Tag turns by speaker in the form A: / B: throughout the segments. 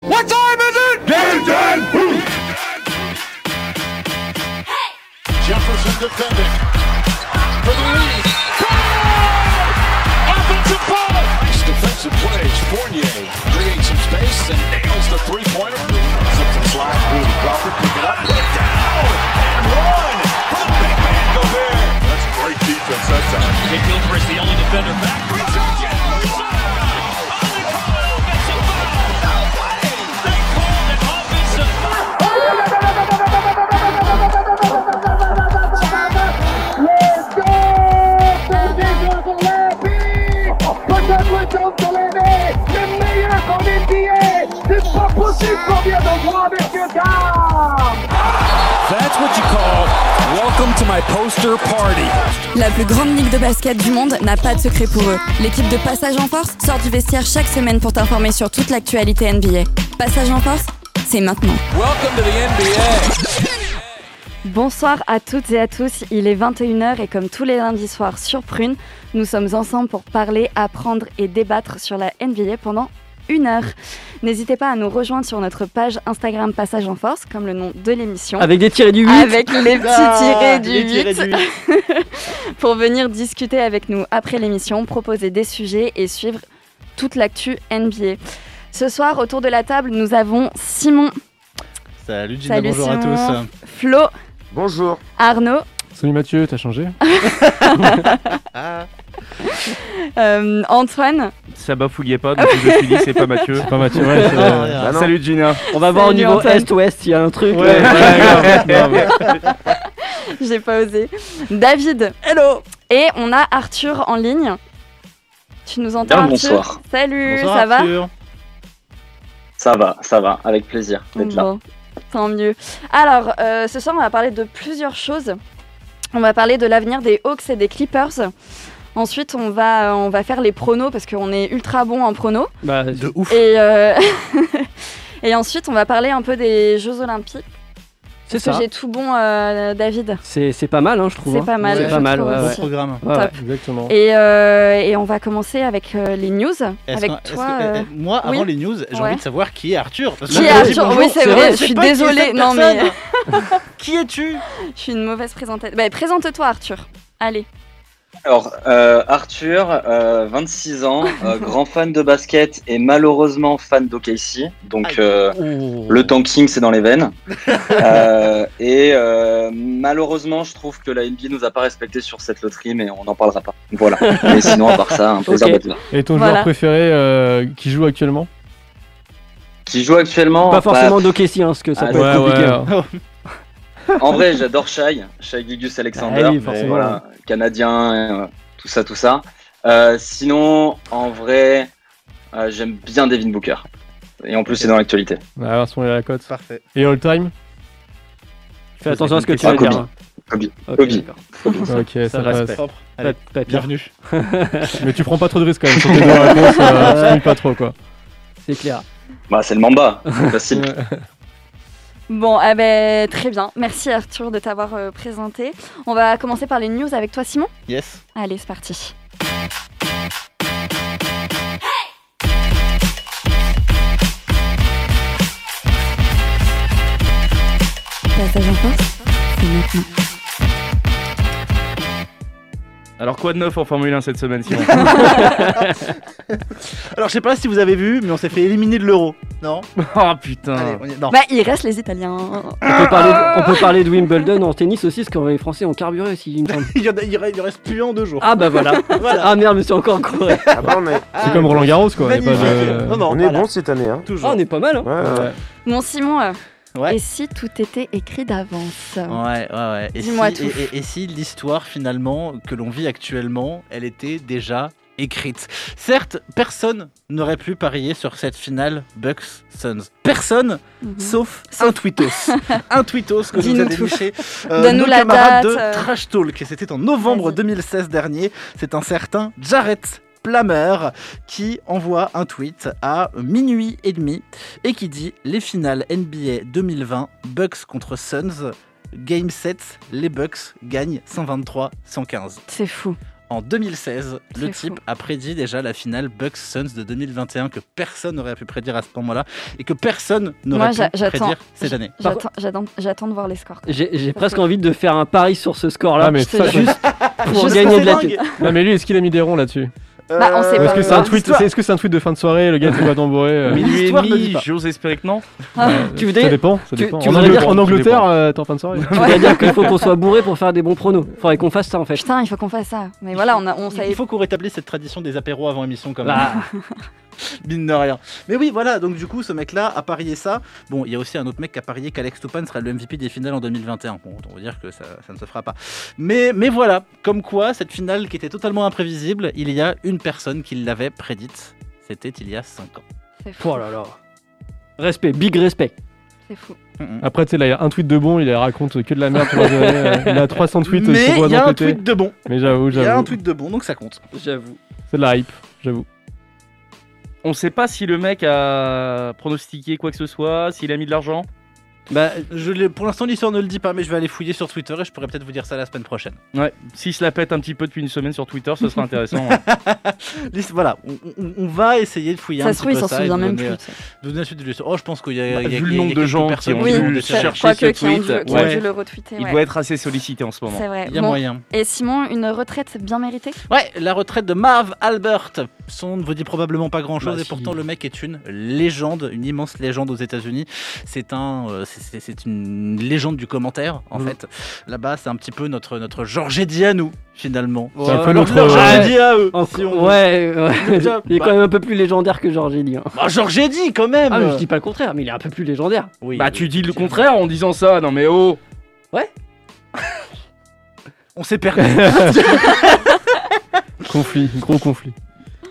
A: What time is it?
B: Downtown Booth!
C: Jefferson defending for the lead. Goal! Offensive foul. Nice defensive plays. Fournier creates some space and nails the three-pointer. Simpson slides through the Crawford, pick it up, put it down, and one for the big man Gobert. That's great defense that time.
D: Nick Gilbert is the only defender back.
E: Let's go! Sergio Zalabi! Peut-être John Soleil, le meilleur qu'on ait dit! C'est pas possible qu'on vient de voir, messieurs, dames!
F: That's what you call welcome to my poster party.
G: La plus grande ligue de basket du monde n'a pas de secret pour eux. L'équipe de Passage en Force sort du vestiaire chaque semaine pour t'informer sur toute l'actualité NBA. Passage en Force, c'est maintenant.
F: Welcome to the NBA.
G: Bonsoir à toutes et à tous, il est 21h et comme tous les lundis soirs sur Prune, nous sommes ensemble pour parler, apprendre et débattre sur la NBA pendant une heure. N'hésitez pas à nous rejoindre sur notre page Instagram Passage en Force, comme le nom de l'émission.
H: Avec des tirés du 8.
G: Avec les
H: Ah,
G: petits tirés
H: les
G: du
H: tirés
G: 8.
H: du huit.
G: pour venir discuter avec nous après l'émission, proposer des sujets et suivre toute l'actu NBA. Ce soir, autour de la table, nous avons Simon,
I: Salut Gina,
G: Salut,
I: bonjour
G: Simon.
I: à
G: Flo. Bonjour. Arnaud.
J: Salut Mathieu, t'as changé
I: Ah.
G: euh, Antoine.
K: Ça bafouillait pas, donc je me suis dit c'est pas Mathieu.
J: Pas Mathieu, ouais, c'est-
I: tous.
K: Ah, Bah Salut Gina.
H: On va voir au
G: Salut,
H: niveau
G: Antoine.
H: est-ouest, il y a un truc. euh,
I: Ouais,
H: là.
I: ouais, grave. Non,
G: J'ai pas osé. David. Hello. Et on a Arthur en ligne. Tu nous entends
D: Bien,
G: Arthur
D: bonsoir.
G: Salut,
I: bonsoir,
G: ça va
I: Arthur.
D: Ça va, ça va, avec plaisir d'être là.
G: Bon, tant mieux. Alors, euh, ce soir, on va parler de plusieurs choses. On va parler de l'avenir des Hawks et des Clippers. Ensuite, on va, on va faire les pronos parce qu'on est ultra bon en pronos.
H: Bah,
I: ouf.
G: Et, euh, et ensuite, on va parler un peu des Jeux Olympiques.
H: c'est
G: Parce
H: ça.
G: que j'ai tout bon, euh, David.
H: C'est c'est pas mal, hein, je trouve.
G: C'est
H: hein.
G: pas mal.
I: Ouais.
H: C'est
G: je
H: pas mal,
G: trouve
H: ouais,
I: Bon
G: aussi.
I: programme.
H: Ouais,
G: Top.
J: Exactement.
G: Et, euh, et on va commencer avec euh, les news.
I: Est-ce
G: Avec
I: qu'on- est-ce
G: toi.
I: que-
G: euh,
I: eh, moi, avant
G: oui.
I: les news, j'ai
G: Ouais.
I: envie de savoir qui est Arthur. parce que
G: Qui est
I: quand on dit
G: Arthur
I: bonjour,
G: Oui, c'est
I: c'est
G: vrai,
I: vrai,
G: je suis
I: pas qui est cette
G: désolée. Non, mais
I: personne. Qui es-tu
G: je suis une mauvaise présentatrice. Bah, présente-toi, Arthur. Allez.
D: Alors, euh, Arthur, euh, 26 ans, euh, grand fan de basket et malheureusement fan d'OKC. Donc, euh, le tanking, c'est dans les veines. Euh, et euh, malheureusement, je trouve que la NBA nous a pas respecté sur cette loterie, mais on n'en parlera pas. Voilà. Mais sinon, à part ça, un plaisir
H: Ok.
D: d'être là.
J: Et ton
G: Voilà.
J: joueur préféré euh, qui joue actuellement
D: Qui joue actuellement
H: Pas
D: bah,
H: forcément d'Okessi, hein, parce que ça
D: Ah,
H: peut être
D: ouais,
H: compliqué. hein.
D: En vrai, j'adore Shai, Shai Gigus Alexander,
H: Ah oui, forcément.
D: voilà, canadien, euh, tout ça, tout ça. Euh, sinon, en vrai, euh, j'aime bien Devin Booker. Et en plus, c'est dans l'actualité.
J: On va voir si on est à Bah, la cote.
I: Parfait.
J: Et all time
H: Fais attention à ce que tu
D: Ah,
H: vas dire.
D: Kobe.
H: hein.
D: Kobe.
H: Ok,
D: Kobe.
H: d'accord.
J: Ok, ça,
H: ça
J: passe.
H: respecte.
I: Propre.
H: Pas
I: Allez,
H: pas pire.
I: bienvenue.
J: Mais tu prends pas trop de risques quand même sur tes deux réponses, euh, tu mouilles pas trop quoi.
H: C'est clair.
D: Bah, c'est le Mamba, c'est facile.
G: Bon, eh ben, très bien. Merci Arthur de t'avoir euh, présenté. On va commencer par les news avec toi, Simon.
I: Yes.
G: Allez, c'est parti.
E: Passage en force, c'est maintenant.
K: Alors quoi de neuf en Formule 1 cette semaine Simon
I: Alors, je sais pas si vous avez vu, mais on s'est fait éliminer de l'euro. Non
K: Oh
I: Allez,
K: putain
I: on y est. Non.
G: Bah, il reste les Italiens.
H: On peut, parler de, on peut parler de Wimbledon en tennis aussi, parce que les Français ont carburé aussi. il me semble.
I: Il y en a- il y en a- il en reste plus en deux jours.
H: Ah bah voilà.
I: Voilà.
H: Ah merde, mais c'est encore couru.
J: C'est comme Roland Garros quoi. y a pas
I: Magnifique.
J: de-
I: Non, non,
F: On est
I: voilà,
F: bon cette année. Hein.
H: Ah,
I: Toujours.
H: on est pas mal. Hein.
J: Ouais.
G: Mon Simon, euh,
I: Ouais.
G: et si tout était écrit d'avance
I: Ouais, ouais, ouais. Et
G: Dis-moi
I: si,
G: tout.
I: Et, et- et si l'histoire, finalement, que l'on vit actuellement, elle était déjà écrite Certes, personne n'aurait pu parier sur cette finale Bucks-Suns. Personne,
G: Mhm.
I: sauf un tweetos. un tweetos que nous
G: Dis-nous
I: a
G: tout.
I: déniché
G: Donne-nous
I: euh, nos
G: la
I: camarades
G: date,
I: de
G: euh.
I: Trash Talk. Et c'était en novembre
G: Vas-y.
I: 2016 dernier. C'est un certain Jarrett Plamer qui envoie un tweet à minuit et demi et qui dit les finales NBA 2020 Bucks contre Suns Game 7, les Bucks gagnent 123-115.
G: C'est fou.
I: En 2016,
G: C'est fou.
I: le type a prédit déjà la finale Bucks Suns de 2021 que personne n'aurait pu prédire à ce moment-là et que personne n'aurait
G: Moi, j'a-
I: pu
G: j'attends.
I: prédire cette année.
H: Par
G: J'attends- J'attends j'attends de voir les scores.
H: J'ai j'ai presque envie de faire un pari sur ce score-là.
J: Ah, mais
H: juste
J: ça, je-
H: pour
I: Juste
H: gagner
I: c'est
H: de la
I: dingue.
H: thune.
J: Non, mais lui, est-ce qu'il a mis des ronds là-dessus
G: Bah, on sait
J: Ou
G: pas.
J: Euh, Est-ce que c'est un
G: Bah,
J: tweet
I: l'histoire-
J: Est-ce que c'est un tweet de fin de soirée Le gars, il s'est pas tambouré euh,
K: Minuit et
I: l'histoire ne dit
K: demi,
I: pas.
K: j'ose espérer que non.
G: Ah.
H: Tu
J: Ça
H: voudrais,
J: dépend. Ça
H: tu-
J: dépend.
H: tu
J: en,
H: voudrais
J: Angleterre-
H: dire-
J: en
K: ça
J: Angleterre,
K: dépend.
J: euh, t'es en fin de soirée.
H: tu vas dire qu'il faut qu'on soit bourré pour faire des bons pronos. Faudrait qu'on fasse ça en fait.
G: Putain, il faut qu'on fasse ça. Mais voilà, on, a, on
I: Il
G: savait.
I: faut qu'on rétablisse cette tradition des apéros avant émission comme
H: Bah,
I: mine de rien. Mais oui, voilà, donc du coup, ce mec-là a parié ça. Bon, il y a aussi un autre mec qui a parié qu'Alex Toupin sera le MVP des finales en 2021. Bon, on va dire que ça, ça ne se fera pas. Mais, mais voilà, comme quoi, cette finale qui était totalement imprévisible, il y a une personne qui l'avait prédite. C'était il y a 5 ans.
G: C'est fou.
H: oh là là. Respect, big respect.
G: C'est fou.
I: Mm-mm.
J: Mm.
H: Ah,
J: Après, tu sais, là, il y a un tweet de bon, il raconte que de la merde. pendant des années, euh, Il a 300 tweets euh,
I: mais
J: sur
I: il y a
J: Boisdon
I: un
J: pété.
I: tweet de bon.
J: Mais j'avoue,
I: Il y a un
J: j'avoue.
I: tweet de bon, donc ça compte.
H: J'avoue.
J: C'est de la hype, j'avoue.
K: On sait pas si le mec a pronostiqué quoi que ce soit, s'il a mis de l'argent.
I: Bah, je l'ai- pour l'instant, l'histoire ne le dit pas, mais je vais aller fouiller sur Twitter et je pourrais peut-être vous dire ça la semaine prochaine.
K: Ouais. S'il se la pète un petit peu depuis une semaine sur Twitter, ce sera intéressant. hein. ouais.
I: Liste- Voilà, on, on- on va essayer de fouiller un
G: Ça se
I: petit
G: trouve,
I: peu
G: il s'en
I: ça et
G: souvient
I: vous
G: même
I: donner,
G: plus.
I: euh, Donner la suite de l'histoire. Oh, je pense qu'il y a,
K: Bah,
I: il y a-
K: vu le
I: il y a
K: nombre de
I: quelques
K: gens qui
I: personnes
K: ont
I: qui
G: dû
I: ont
G: le
I: dû
G: faire.
I: chercher.
G: Je crois
K: chercher
G: que
K: ce
G: qui ont dû-
K: tweet,
G: qui ont
I: ouais.
G: dû le retweeter.
K: Il
G: ouais.
K: doit être assez sollicité en ce moment.
G: C'est vrai.
I: Il y a
G: Bon,
I: moyen.
G: Et Simon, une retraite bien méritée
I: Ouais, la retraite de Marv Albert. Son nom ne vous dit probablement pas grand chose
H: Bah,
I: et
H: si.
I: pourtant le mec est une légende, une immense légende aux États-Unis. C'est un, euh, c'est- c'est c'est une légende du commentaire en
H: Mhm.
I: fait. Là-bas, c'est un petit peu notre notre Georges Eddy à nous finalement.
H: C'est un
J: peu notre-
I: Georges
H: Ouais.
I: Eddy à euh, eux.
H: Encore-
I: si on-
H: ouais, ouais.
I: Bah-
H: il est quand même un peu plus légendaire que Georges Eddy. hein.
I: Bah, Georges Eddy quand même.
H: Ah, mais je dis pas le contraire, mais il est un peu plus légendaire.
I: Oui,
K: Bah
I: oui,
K: tu dis le
I: oui.
K: contraire en disant ça, non mais oh
I: On s'est perdu.
H: euh,
J: Conflit, gros conflit.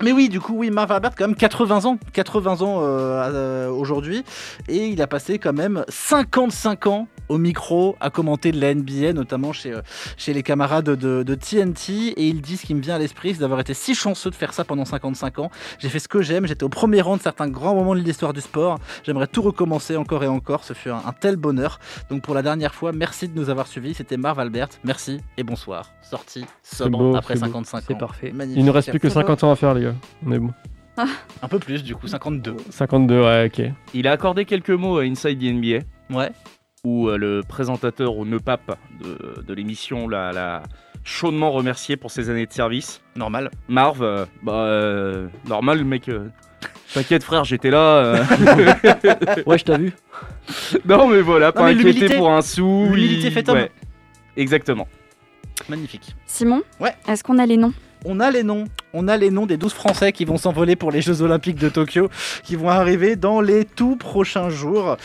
I: Mais oui, du coup, oui, Marv Albert, quand même 80 ans, 80 ans euh, euh, aujourd'hui, et il a passé quand même 55 ans au micro à commenter de la NBA, notamment chez, euh, chez les camarades de, de TNT, et il dit ce qui me vient à l'esprit, c'est d'avoir été si chanceux de faire ça pendant 55 ans. J'ai fait ce que j'aime, j'étais au premier rang de certains grands moments de l'histoire du sport, j'aimerais tout recommencer encore et encore, ce fut un, un tel bonheur. Donc pour la dernière fois, merci de nous avoir suivis, c'était Marv Albert, merci et bonsoir. Sorti, sobre,
J: beau,
I: après
J: c'est beau,
I: 55 ans.
H: c'est parfait.
I: Magnifique.
J: Il ne reste plus que
G: C'est beau.
J: 50 ans à faire, les gars. On est bon.
I: Un peu plus, du coup, 52.
J: 52, ouais, ok.
K: Il a accordé quelques mots à Inside the NBA,
I: Ouais.
K: où euh, le présentateur au ne pape de, de l'émission l'a l'a chaudement remercié pour ses années de service.
I: Normal.
K: Marv, euh, bah euh, normal le mec. euh, T'inquiète frère, j'étais là. euh.
H: Ouais, je t'ai vu.
K: non mais voilà, pas
I: mais l'humilité-
K: inquiété pour un sou.
I: l'humilité
K: il-
I: fait homme.
K: ouais. Exactement.
I: Magnifique.
G: Simon
I: Ouais.
G: Est-ce qu'on a les noms
I: On a les noms. On a les noms des 12 Français qui vont s'envoler pour les Jeux Olympiques de Tokyo, qui vont arriver dans les tout prochains jours.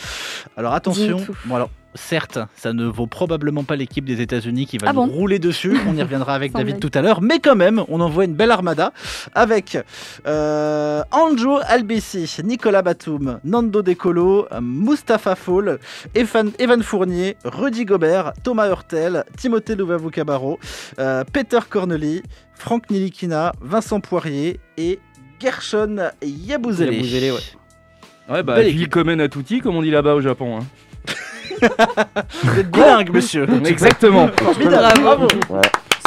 I: Alors attention.
G: Dis-nous tout.
I: Bon, alors, certes, ça ne vaut probablement pas l'équipe des États-Unis qui va
G: Ah
I: nous
G: bon
I: rouler dessus. On y reviendra avec
G: Sans
I: David
G: blague.
I: tout à l'heure. Mais quand même, on envoie une belle armada avec euh, Anjo Albisi, Nicolas Batum, Nando De Colo, Mustapha Fall, Evan, Evan Fournier, Rudy Gobert, Thomas Hurtel, Timothée louvavu cabarro Peter Corneli, Franck Nilikina, Vincent Poirier et Gershon Yabusele.
H: Yabusele, ouais.
K: Ouais bah
I: Belle
K: ville commune à tutti comme on dit là-bas au Japon. hein.
I: Vous êtes bilingue, monsieur.
K: Exactement.
I: Formidable, bravo.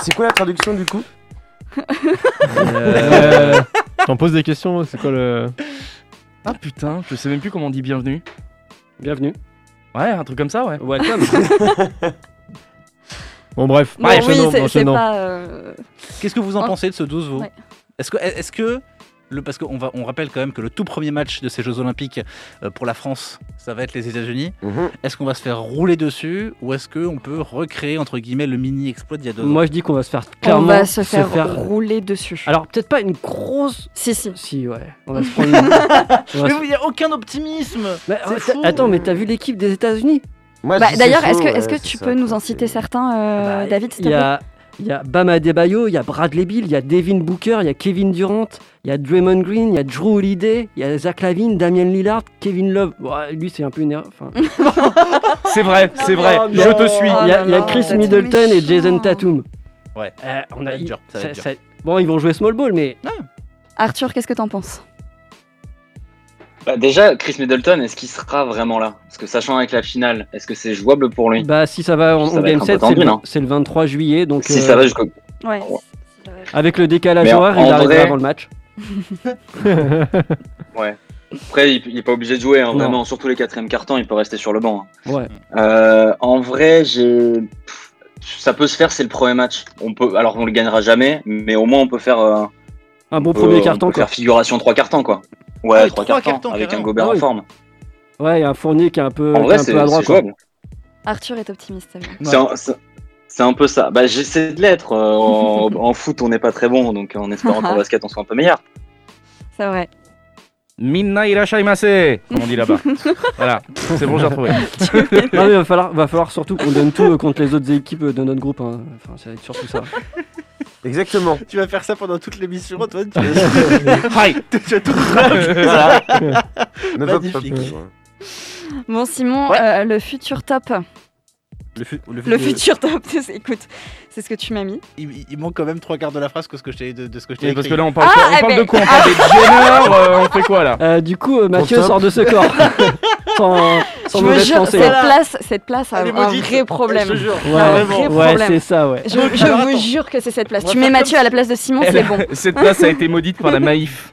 A: C'est quoi la traduction du coup
J: Euh, T'en poses des questions hein, C'est quoi le.
K: ah putain, je sais même plus comment on dit bienvenue.
H: Bienvenue.
K: Ouais, un truc comme ça, ouais.
H: Welcome.
J: Bon, bref.
G: Bon,
J: enchaînons,
G: oui, c'est- c'est
J: enchaînons.
G: pas. euh,
I: Qu'est-ce que vous en
G: Oh.
I: pensez de ce 12, vous
G: Ouais.
I: Est-ce que, est-ce que le, parce qu'on va, on rappelle quand même que le tout premier match de ces Jeux Olympiques euh, pour la France, ça va être les États-Unis.
H: Mhm.
I: Est-ce qu'on va se faire rouler dessus ou est-ce qu'on peut recréer entre guillemets le mini exploit d'il y a deux ans
H: Moi, je dis qu'on va se faire
G: On
H: clairement
G: va se faire, rouler dessus.
H: Alors, peut-être pas une grosse.
G: Si, si.
H: Si, ouais. On va se prendre une- on va
I: Mais
H: se-
I: vous, il n'y a aucun optimisme.
H: Mais,
I: C'est
H: euh,
I: fou.
H: t'as- Attends, mais t'as vu l'équipe des États-Unis
A: Moi,
G: Bah,
A: je dis
G: D'ailleurs,
A: c'est
G: est-ce
A: faux,
G: que,
A: ouais,
G: est-ce que
A: c'est
G: tu
A: ça,
G: peux nous
A: quoi,
G: en
A: c'est-
G: citer certains, euh,
H: Bah,
G: David, s'il te
H: Il y
G: plaît
H: a, il y a Bam Adebayo, il y a Bradley Bill, il y a Devin Booker, il y a Kevin Durant, il y a Draymond Green, il y a Drew Holiday, il y a Zach Lavin, Damian Lillard, Kevin Love. Ouais, lui, c'est un peu une erreur. enfin.
K: C'est vrai, c'est vrai.
H: Non,
K: Je te suis.
G: Oh
H: il y a,
G: là
H: il y a
G: là,
H: Chris
G: vous êtes
H: Middleton et
G: méchants.
H: Jason Tatum.
I: Ouais.
H: Euh, on
I: Ça va
H: a,
I: être dur, ça va être dur.
H: Bon, ils vont jouer small ball, mais
K: Ah
G: Arthur, qu'est-ce que t'en penses
D: Bah, déjà, Chris Middleton, est-ce qu'il sera vraiment là Parce que sachant avec la finale, est-ce que c'est jouable pour lui
H: bah, si ça va en,
D: Ça
H: en
D: va
H: game
D: être un
H: 7,
D: peu
H: c'est le-
D: tendu, non
H: c'est le, 23 juillet. Donc,
D: Si
H: euh,
D: ça va jusqu'au.
G: Ouais.
H: Avec le décalage
D: Mais en-
H: horaire,
D: en
H: il arrivait
D: vrai-
H: avant le match.
D: Ouais. Après, il n'est pas obligé de jouer, hein,
H: Non.
D: vraiment. Surtout les quatrièmes cartons, il peut rester sur le banc. hein.
H: Ouais.
D: Euh, en vrai, j'ai. pff, Ça peut se faire, c'est le premier match. On peut, alors on le gagnera jamais, mais au moins on peut faire euh,
H: Un bon
D: on peut-
H: premier
D: on
H: carton,
D: peut
H: quoi.
D: faire figuration trois cartons quoi. Ouais, trois
I: oui, Ah, trois
D: cartons,
I: cartons,
D: avec un
I: carrément.
D: Gobert
H: Ah oui.
D: en forme.
H: Ouais, il y a un Fournier qui est un peu,
D: En
H: qui est
D: vrai,
H: un
D: c'est
H: peu à droite.
D: c'est
H: quoi.
D: jouable.
G: Arthur est optimiste. c'est vrai.
D: C'est un, c'est- c'est un peu ça. Bah, j'essaie de l'être. euh, en, en foot, on n'est pas très bon, donc en espérant qu'en basket, on soit un peu meilleur.
G: C'est vrai.
K: Minna irashaimase, comme on dit là-bas. voilà, c'est bon, j'ai retrouvé.
H: Non, mais il va falloir, va falloir surtout qu'on donne tout euh, contre les autres équipes euh, de notre groupe. hein. Enfin, ça va être surtout ça.
A: Exactement.
I: Tu vas faire ça pendant toute l'émission, Antoine. Tu vas,
K: Hi.
I: tu vas tout rage.
A: Voilà. Ne vote pas
I: Magnifique.
A: pour.
G: Bon, Simon,
I: Ouais.
G: euh, le futur top.
K: Le fu-
G: Le futur top, c'est- écoute, c'est ce que tu m'as mis.
I: Il, il- il manque quand même trois quarts de la phrase que ce que je t'ai- de, de ce que je t'ai
K: Et parce
I: écrit.
K: que là, on parle,
G: Ah,
K: quoi- on
G: eh
K: parle
G: ben.
K: de quoi On parle des Jenner euh, On fait quoi là
H: Euh, du coup, euh, Mathieu
A: Ton top.
H: sort de ce corps. sans sans
G: je me
H: mauvaise
G: jure,
H: pensée.
G: cette
I: Voilà.
G: place, cette place a
I: Elle est
G: un
I: maudite.
G: vrai
I: Je te
G: problème.
I: jure.
H: Ouais,
G: Ah, vraiment.
H: ouais,
G: Problème.
H: c'est ça, ouais.
G: Je, je
I: Alors,
G: vous
I: attends.
G: jure que c'est cette place.
I: On va
G: Tu mets
I: faire
G: Mathieu à la place de Simon, c'est bon.
K: Cette place a été maudite par la Maïf,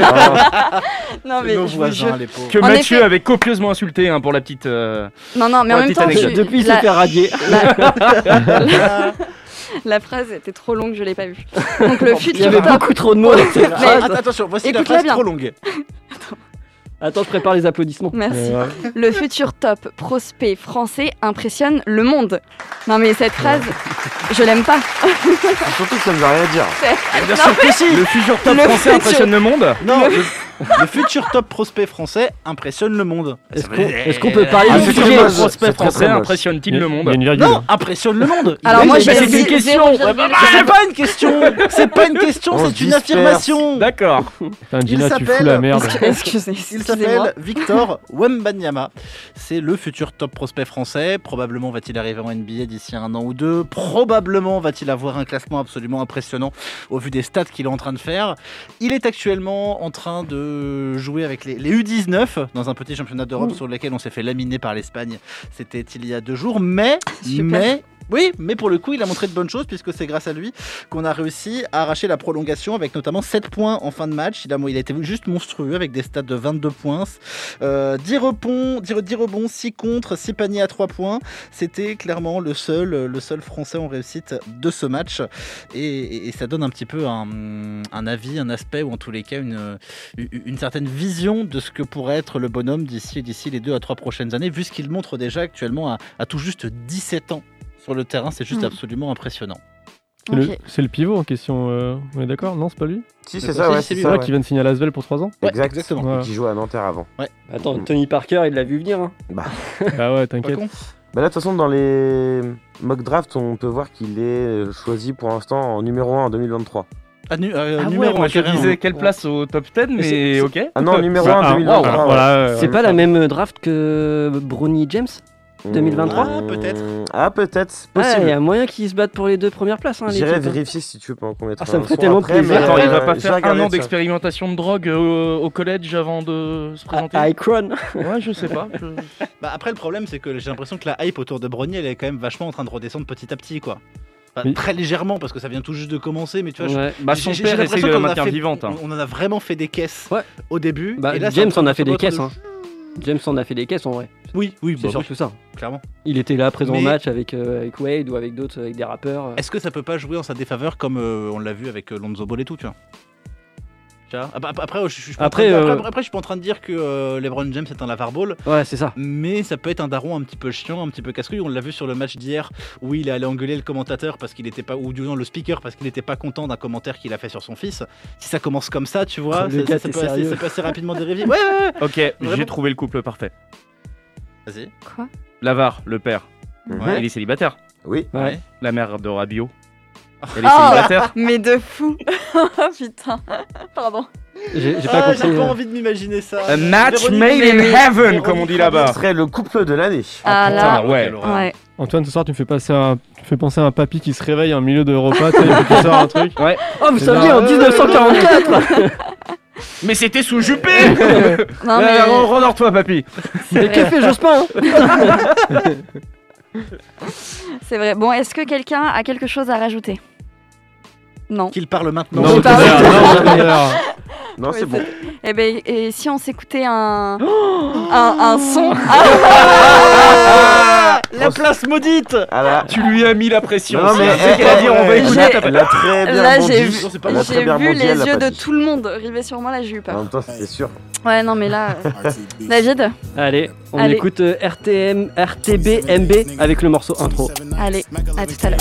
I: Ah.
G: Non mais
I: C'est
G: je
I: nos
G: vous
I: voisins,
G: jure.
I: les pauvres.
K: que
G: En
K: Mathieu
G: effet.
K: avait copieusement insulté hein, pour la petite. euh,
G: Non non, mais en
K: Pour la
G: même
K: petite
G: temps,
K: anecdote.
G: tu-
H: Depuis, il s'est
G: la,
H: fait radier.
G: la- la phrase était trop longue, je l'ai pas vue. Donc le
H: Il y
G: futur
H: avait
G: top.
H: beaucoup trop de mots. dans cette
I: Ah,
H: phrase.
I: att- attention, voici la
G: Écoute-la
I: phrase
G: bien.
I: trop longue.
H: Attends, je prépare les applaudissements.
G: Merci.
H: Euh,
G: Le futur top prospect français impressionne le monde. Non mais cette phrase, je l'aime pas.
A: Surtout que ça ne veut rien dire.
I: Ah,
K: Bien
G: Non,
K: sûr que si Le futur top
G: Le
K: français
G: futur-
K: impressionne le monde
I: Non, le, le futur top prospect français impressionne le monde.
H: Est-ce qu'on est-ce qu'on peut parler
A: Ah,
H: du
A: c'est très
H: sujet
K: Le
A: moche.
K: prospect
A: c'est très,
K: français
A: très moche.
K: impressionne-t-il
J: Il y a-
K: le monde
J: Il y a une virgule.
I: Non, impressionne le monde.
G: Alors moi
K: Mais
G: j'ai
K: c'était
G: zé-
K: une question.
G: zéro virgule-
I: C'est pas une question. C'est pas une question.
A: On
I: C'est
A: se
I: une
A: disperse.
I: affirmation.
K: D'accord.
J: Putain, Gina, tu fous
I: s'appelle-
J: la merde.
G: Excuse- excusez-
I: Il
G: Excusez-moi.
I: s'appelle Victor Wembanyama. C'est le futur top prospect français. Probablement va-t-il arriver en NBA d'ici un an ou deux. Probablement va-t-il avoir un classement absolument impressionnant au vu des stats qu'il est en train de faire. Il est actuellement en train de jouer avec les, les U19 dans un petit championnat d'Europe sur lequel on s'est fait laminer par l'Espagne. C'était il y a deux jours. Mais,
G: Super.
I: mais. Oui, mais pour le coup, il a montré de bonnes choses puisque c'est grâce à lui qu'on a réussi à arracher la prolongation avec notamment 7 points en fin de match. Il a, il a été juste monstrueux avec des stats de 22 points, euh, 10, rebonds, 10, 10 rebonds, 6 contre, 6 paniers à 3 points. C'était clairement le seul, le seul Français en réussite de ce match. Et, et- et ça donne un petit peu un, un avis, un aspect ou en tous les cas une, une certaine vision de ce que pourrait être le bonhomme d'ici d'ici les 2 à 3 prochaines années, vu ce qu'il montre déjà actuellement à, à tout juste 17 ans sur le terrain. C'est juste
G: Mhm.
I: absolument impressionnant.
J: C'est le-
G: Ok.
J: C'est le pivot en question, euh, on est d'accord Non, c'est pas lui
A: Si,
I: Mais
A: c'est
I: si,
A: ça, ouais.
I: c'est
A: C'est
I: lui,
J: C'est
A: ça,
J: vrai
A: ouais.
J: qu'il vient de signer à Lasvel pour 3 ans
I: Ouais,
A: Exact.
I: exactement.
J: Ouais.
A: Qui jouait à Nanterre avant.
H: Attends, Tony Parker, il l'a vu venir. hein.
J: Ah ouais,
I: Pas
J: t'inquiète.
I: con.
A: Bah là, de toute façon, dans les mock drafts, on peut voir qu'il est euh, choisi pour l'instant en numéro 1 en 2023.
I: Ah, nu- euh,
K: Ah ouais,
I: numéro
K: moi
I: un,
K: je
I: carrément.
K: disais quelle place au top 10, mais ok.
A: Ah non, numéro 1 en
J: Ah,
A: 2023.
J: ah,
A: ouais.
J: voilà, euh,
H: C'est pas la même euh, draft que Brownie James
A: Mmh,
H: 2023?
I: Ah, peut-être.
A: Ah, peut-être. c'est
H: Ah, Il y
A: Possible.
H: a moyen qu'ils se battent pour les deux premières places. Hein,
A: J'irai
H: l'équipe, hein.
A: vérifier si tu veux pendant qu'on mettra
H: Ah, ça me
A: un
H: ferait
A: son
H: tellement
A: après,
H: plaisir.
A: mais,
K: Attends, il va
A: euh,
K: pas
A: je
K: faire
A: vais
K: un
A: regarder ça.
K: an d'expérimentation de drogue euh, au collège avant de se présenter
H: Ah, Akron.
K: Ouais, je sais pas. je-
I: Bah, après, le problème, c'est que j'ai l'impression que la hype autour de Brognier, elle est quand même vachement en train de redescendre petit à petit, quoi. Enfin,
J: Oui.
I: Très légèrement, parce que ça vient tout juste de commencer, mais tu vois, je-
H: Ouais.
K: Bah,
I: j'ai-
K: son
I: j'ai- j'ai
K: père essaye
I: l'impression
K: de
I: qu'on
K: la
I: en a
K: maintenir
I: fait-
K: vivante. hein.
I: On, on en a vraiment fait des caisses
H: Ouais.
I: au début.
H: Bah,
I: et là, c'est
H: James
I: en train
H: en a
I: de
H: fait des
I: remettre
H: caisses.
I: de-
H: hein. James en a fait des caisses en vrai.
I: Oui, oui,
H: C'est
I: bah,
H: surtout ça.
I: oui, clairement.
H: Il était là, présent au
I: Mais-
H: match avec, euh, avec Wade ou avec d'autres, avec des rappeurs. euh.
I: Est-ce que ça peut pas jouer en sa défaveur comme euh, on l'a vu avec euh, Lonzo Ball et tout, tu vois Tu vois Ah bah, Ap- ap- après, je, je suis pas en
H: Après,
I: train de-
H: euh,
I: après- après, je suis pas en train de dire que euh, LeBron James est un lavar ball,
H: Ouais, c'est ça.
I: mais ça peut être un daron un petit peu chiant, un petit peu casse-couille. On l'a vu sur le match d'hier où il est allé engueuler le commentateur parce qu'il n'était pas, ou du moins le speaker parce qu'il n'était pas content d'un commentaire qu'il a fait sur son fils. Si ça commence comme ça, tu vois,
H: Oh,
I: ça,
H: le gars,
I: ça- ça
H: t'es
I: peut assez,
H: sérieux
I: ça peut assez rapidement dériver. Ouais, ouais, ouais.
K: Ok,
I: Vraiment
K: j'ai trouvé le couple parfait.
I: Vas-y.
G: Quoi
K: Lavar, le père,
A: Mhm.
I: Ouais.
K: il est célibataire.
A: Oui.
H: Ouais.
I: Ouais.
K: La mère de Rabio, elle est
G: Ah.
K: célibataire.
G: Mais de fou. Putain. Pardon.
H: J'ai j'ai pas
I: Ah,
H: compris.
I: j'ai pas
H: euh.
I: envie de m'imaginer ça.
K: A match
I: Véronique-
K: made in
I: Véronique-
K: heaven,
I: Véronique
K: comme on dit
I: Rabiot.
A: Ce
K: là-bas.
A: serait le couple de l'année.
G: Ah là.
K: putain, ouais.
I: quelle horreur.
G: Ouais.
J: Antoine, ce soir, tu me fais, passer un... tu me fais penser à un papy qui se réveille en milieu de repas, tu sais, il faut qu'il sorte un truc.
K: Ouais.
H: Oh, vous
J: C'est
H: saviez, en
J: bien.
H: 1944
K: Mais c'était sous Juppé
G: Non mais.
K: Euh, re- Rendors-toi, papy
H: Mais que fait Jospin hein
G: C'est vrai. Bon, est-ce que quelqu'un a quelque chose à rajouter Non.
I: Qu'il parle maintenant.
G: Non,
I: Qu'il parle-
G: non, non, non.
A: Non, c'est bon.
G: Eh ben, et si on s'écoutait un... un un son Ah,
I: La place maudite
K: Tu lui as mis la pression.
A: Ah, Non, non,
K: si
A: mais,
K: elle sait
A: eh,
K: qu'elle a dit,
A: eh,
K: on va écouter
A: j'ai-
K: ta-
A: elle a très bien
G: Là,
A: bondi.
G: j'ai vu,
A: Non, c'est pas
G: j'ai
A: la première
G: vu
A: bondi,
G: les
A: elle a
G: yeux
A: pas
G: de
A: dit.
G: tout le monde river sur moi. Là, j'ai eu
A: En
G: peur.
A: même temps, c'était sûr.
G: Ouais, non, mais là, euh, David,
H: Allez, on
G: Allez.
H: écoute euh, RTM, RTB, MB avec le morceau intro.
G: allez, à tout à l'heure.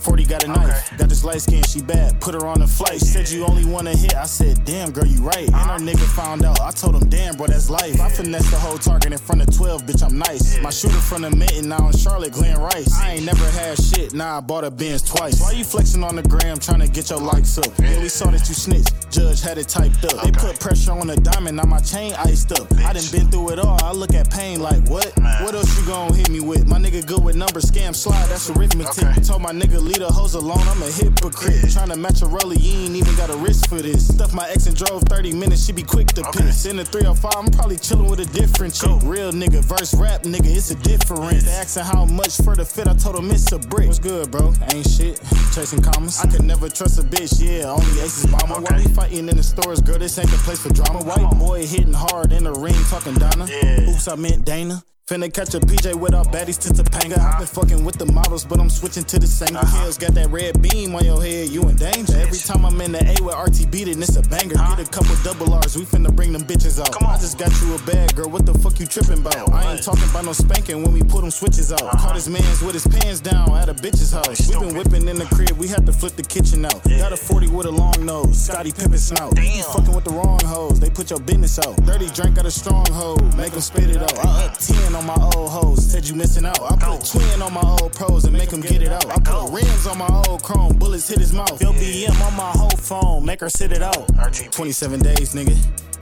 B: 40 got a knife. Got this light skin, she bad. Put her on the flight. Said you only want to hit. I said, damn, girl, you right. And our nigga found out. I told him, damn, bro, that's life. I finessed the whole target in front of 12, bitch, I'm nice. My shooter from the mitten, now in Charlotte, Glenn Rice. I ain't never had shit, now I bought a Benz twice. Why you flexing on the gram, trying to get your likes up? Yeah, we saw that you snitched. Judge had it typed up. They put pressure on the diamond, now my chain iced up. I done been through it all. I look at pain like, what? What else you gonna hit me with? My nigga good with numbers, scam, slide, that's arithmetic. Told my nigga, leave the hoes alone, I'm a hypocrite. Tryna match a roller, you ain't even got a risk for this. Stuff my ex and drove 30 minutes, she be quick to piss. In the 305, I'm probably chillin' with a different chick. Real nigga, verse rap nigga, it's a difference. They asking how much for the fit, I told him it's a brick. What's good, bro? Ain't shit, chasing commas. I could never trust a bitch, yeah, only Ace's mama. Why we fighting in the stores, girl, this ain't the place for drama. White boy hitting hard in the ring, talking Donna. Oops, I meant Dana. Finna catch a PJ with our baddies to Topanga. I've been fucking with the models, but I'm switching to the single. Hills got that red beam on your head, you in danger. Every time I'm in the A with RTB, then it's a banger. Get a couple double R's, we finna bring them bitches out. Uh-huh. Come on. I just got you a bag, girl, what the fuck you tripping about? I ain't talking about no spanking when we put them switches out. Caught his mans with his pants down at a bitch's house. We been whipping in the crib, we had to flip the kitchen out. Got a 40 with a long nose, Scotty Pippin snout. You fucking with the wrong hoes, they put your business out. Dirty drink out a stronghold, make them spit it out. I up 10 on my old hoes, said you missing out. I put twin on my old pros and make them get it out. I put rims on my old chrome, bullets hit his mouth. LBM on my whole phone, make her sit it out. 27 days, nigga.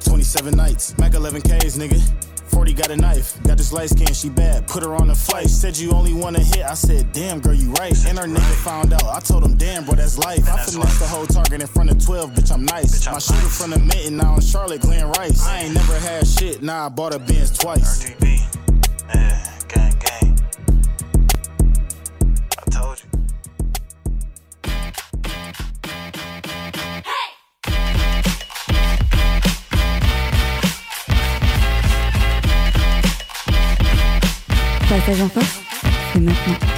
B: 27 nights, Mac 11Ks, nigga. 40 got a knife, got this light skin, she bad. Put her on the flight, said you only wanna hit. I said, damn, girl, you right. And her nigga found out, I told him, damn, bro, that's life. I finessed the whole target in front of 12, bitch, I'm nice. My shooter from the mitten, now in Charlotte, Glenn Rice. I ain't never had shit, now I bought a Benz twice.
G: Passage en force, c'est maintenant.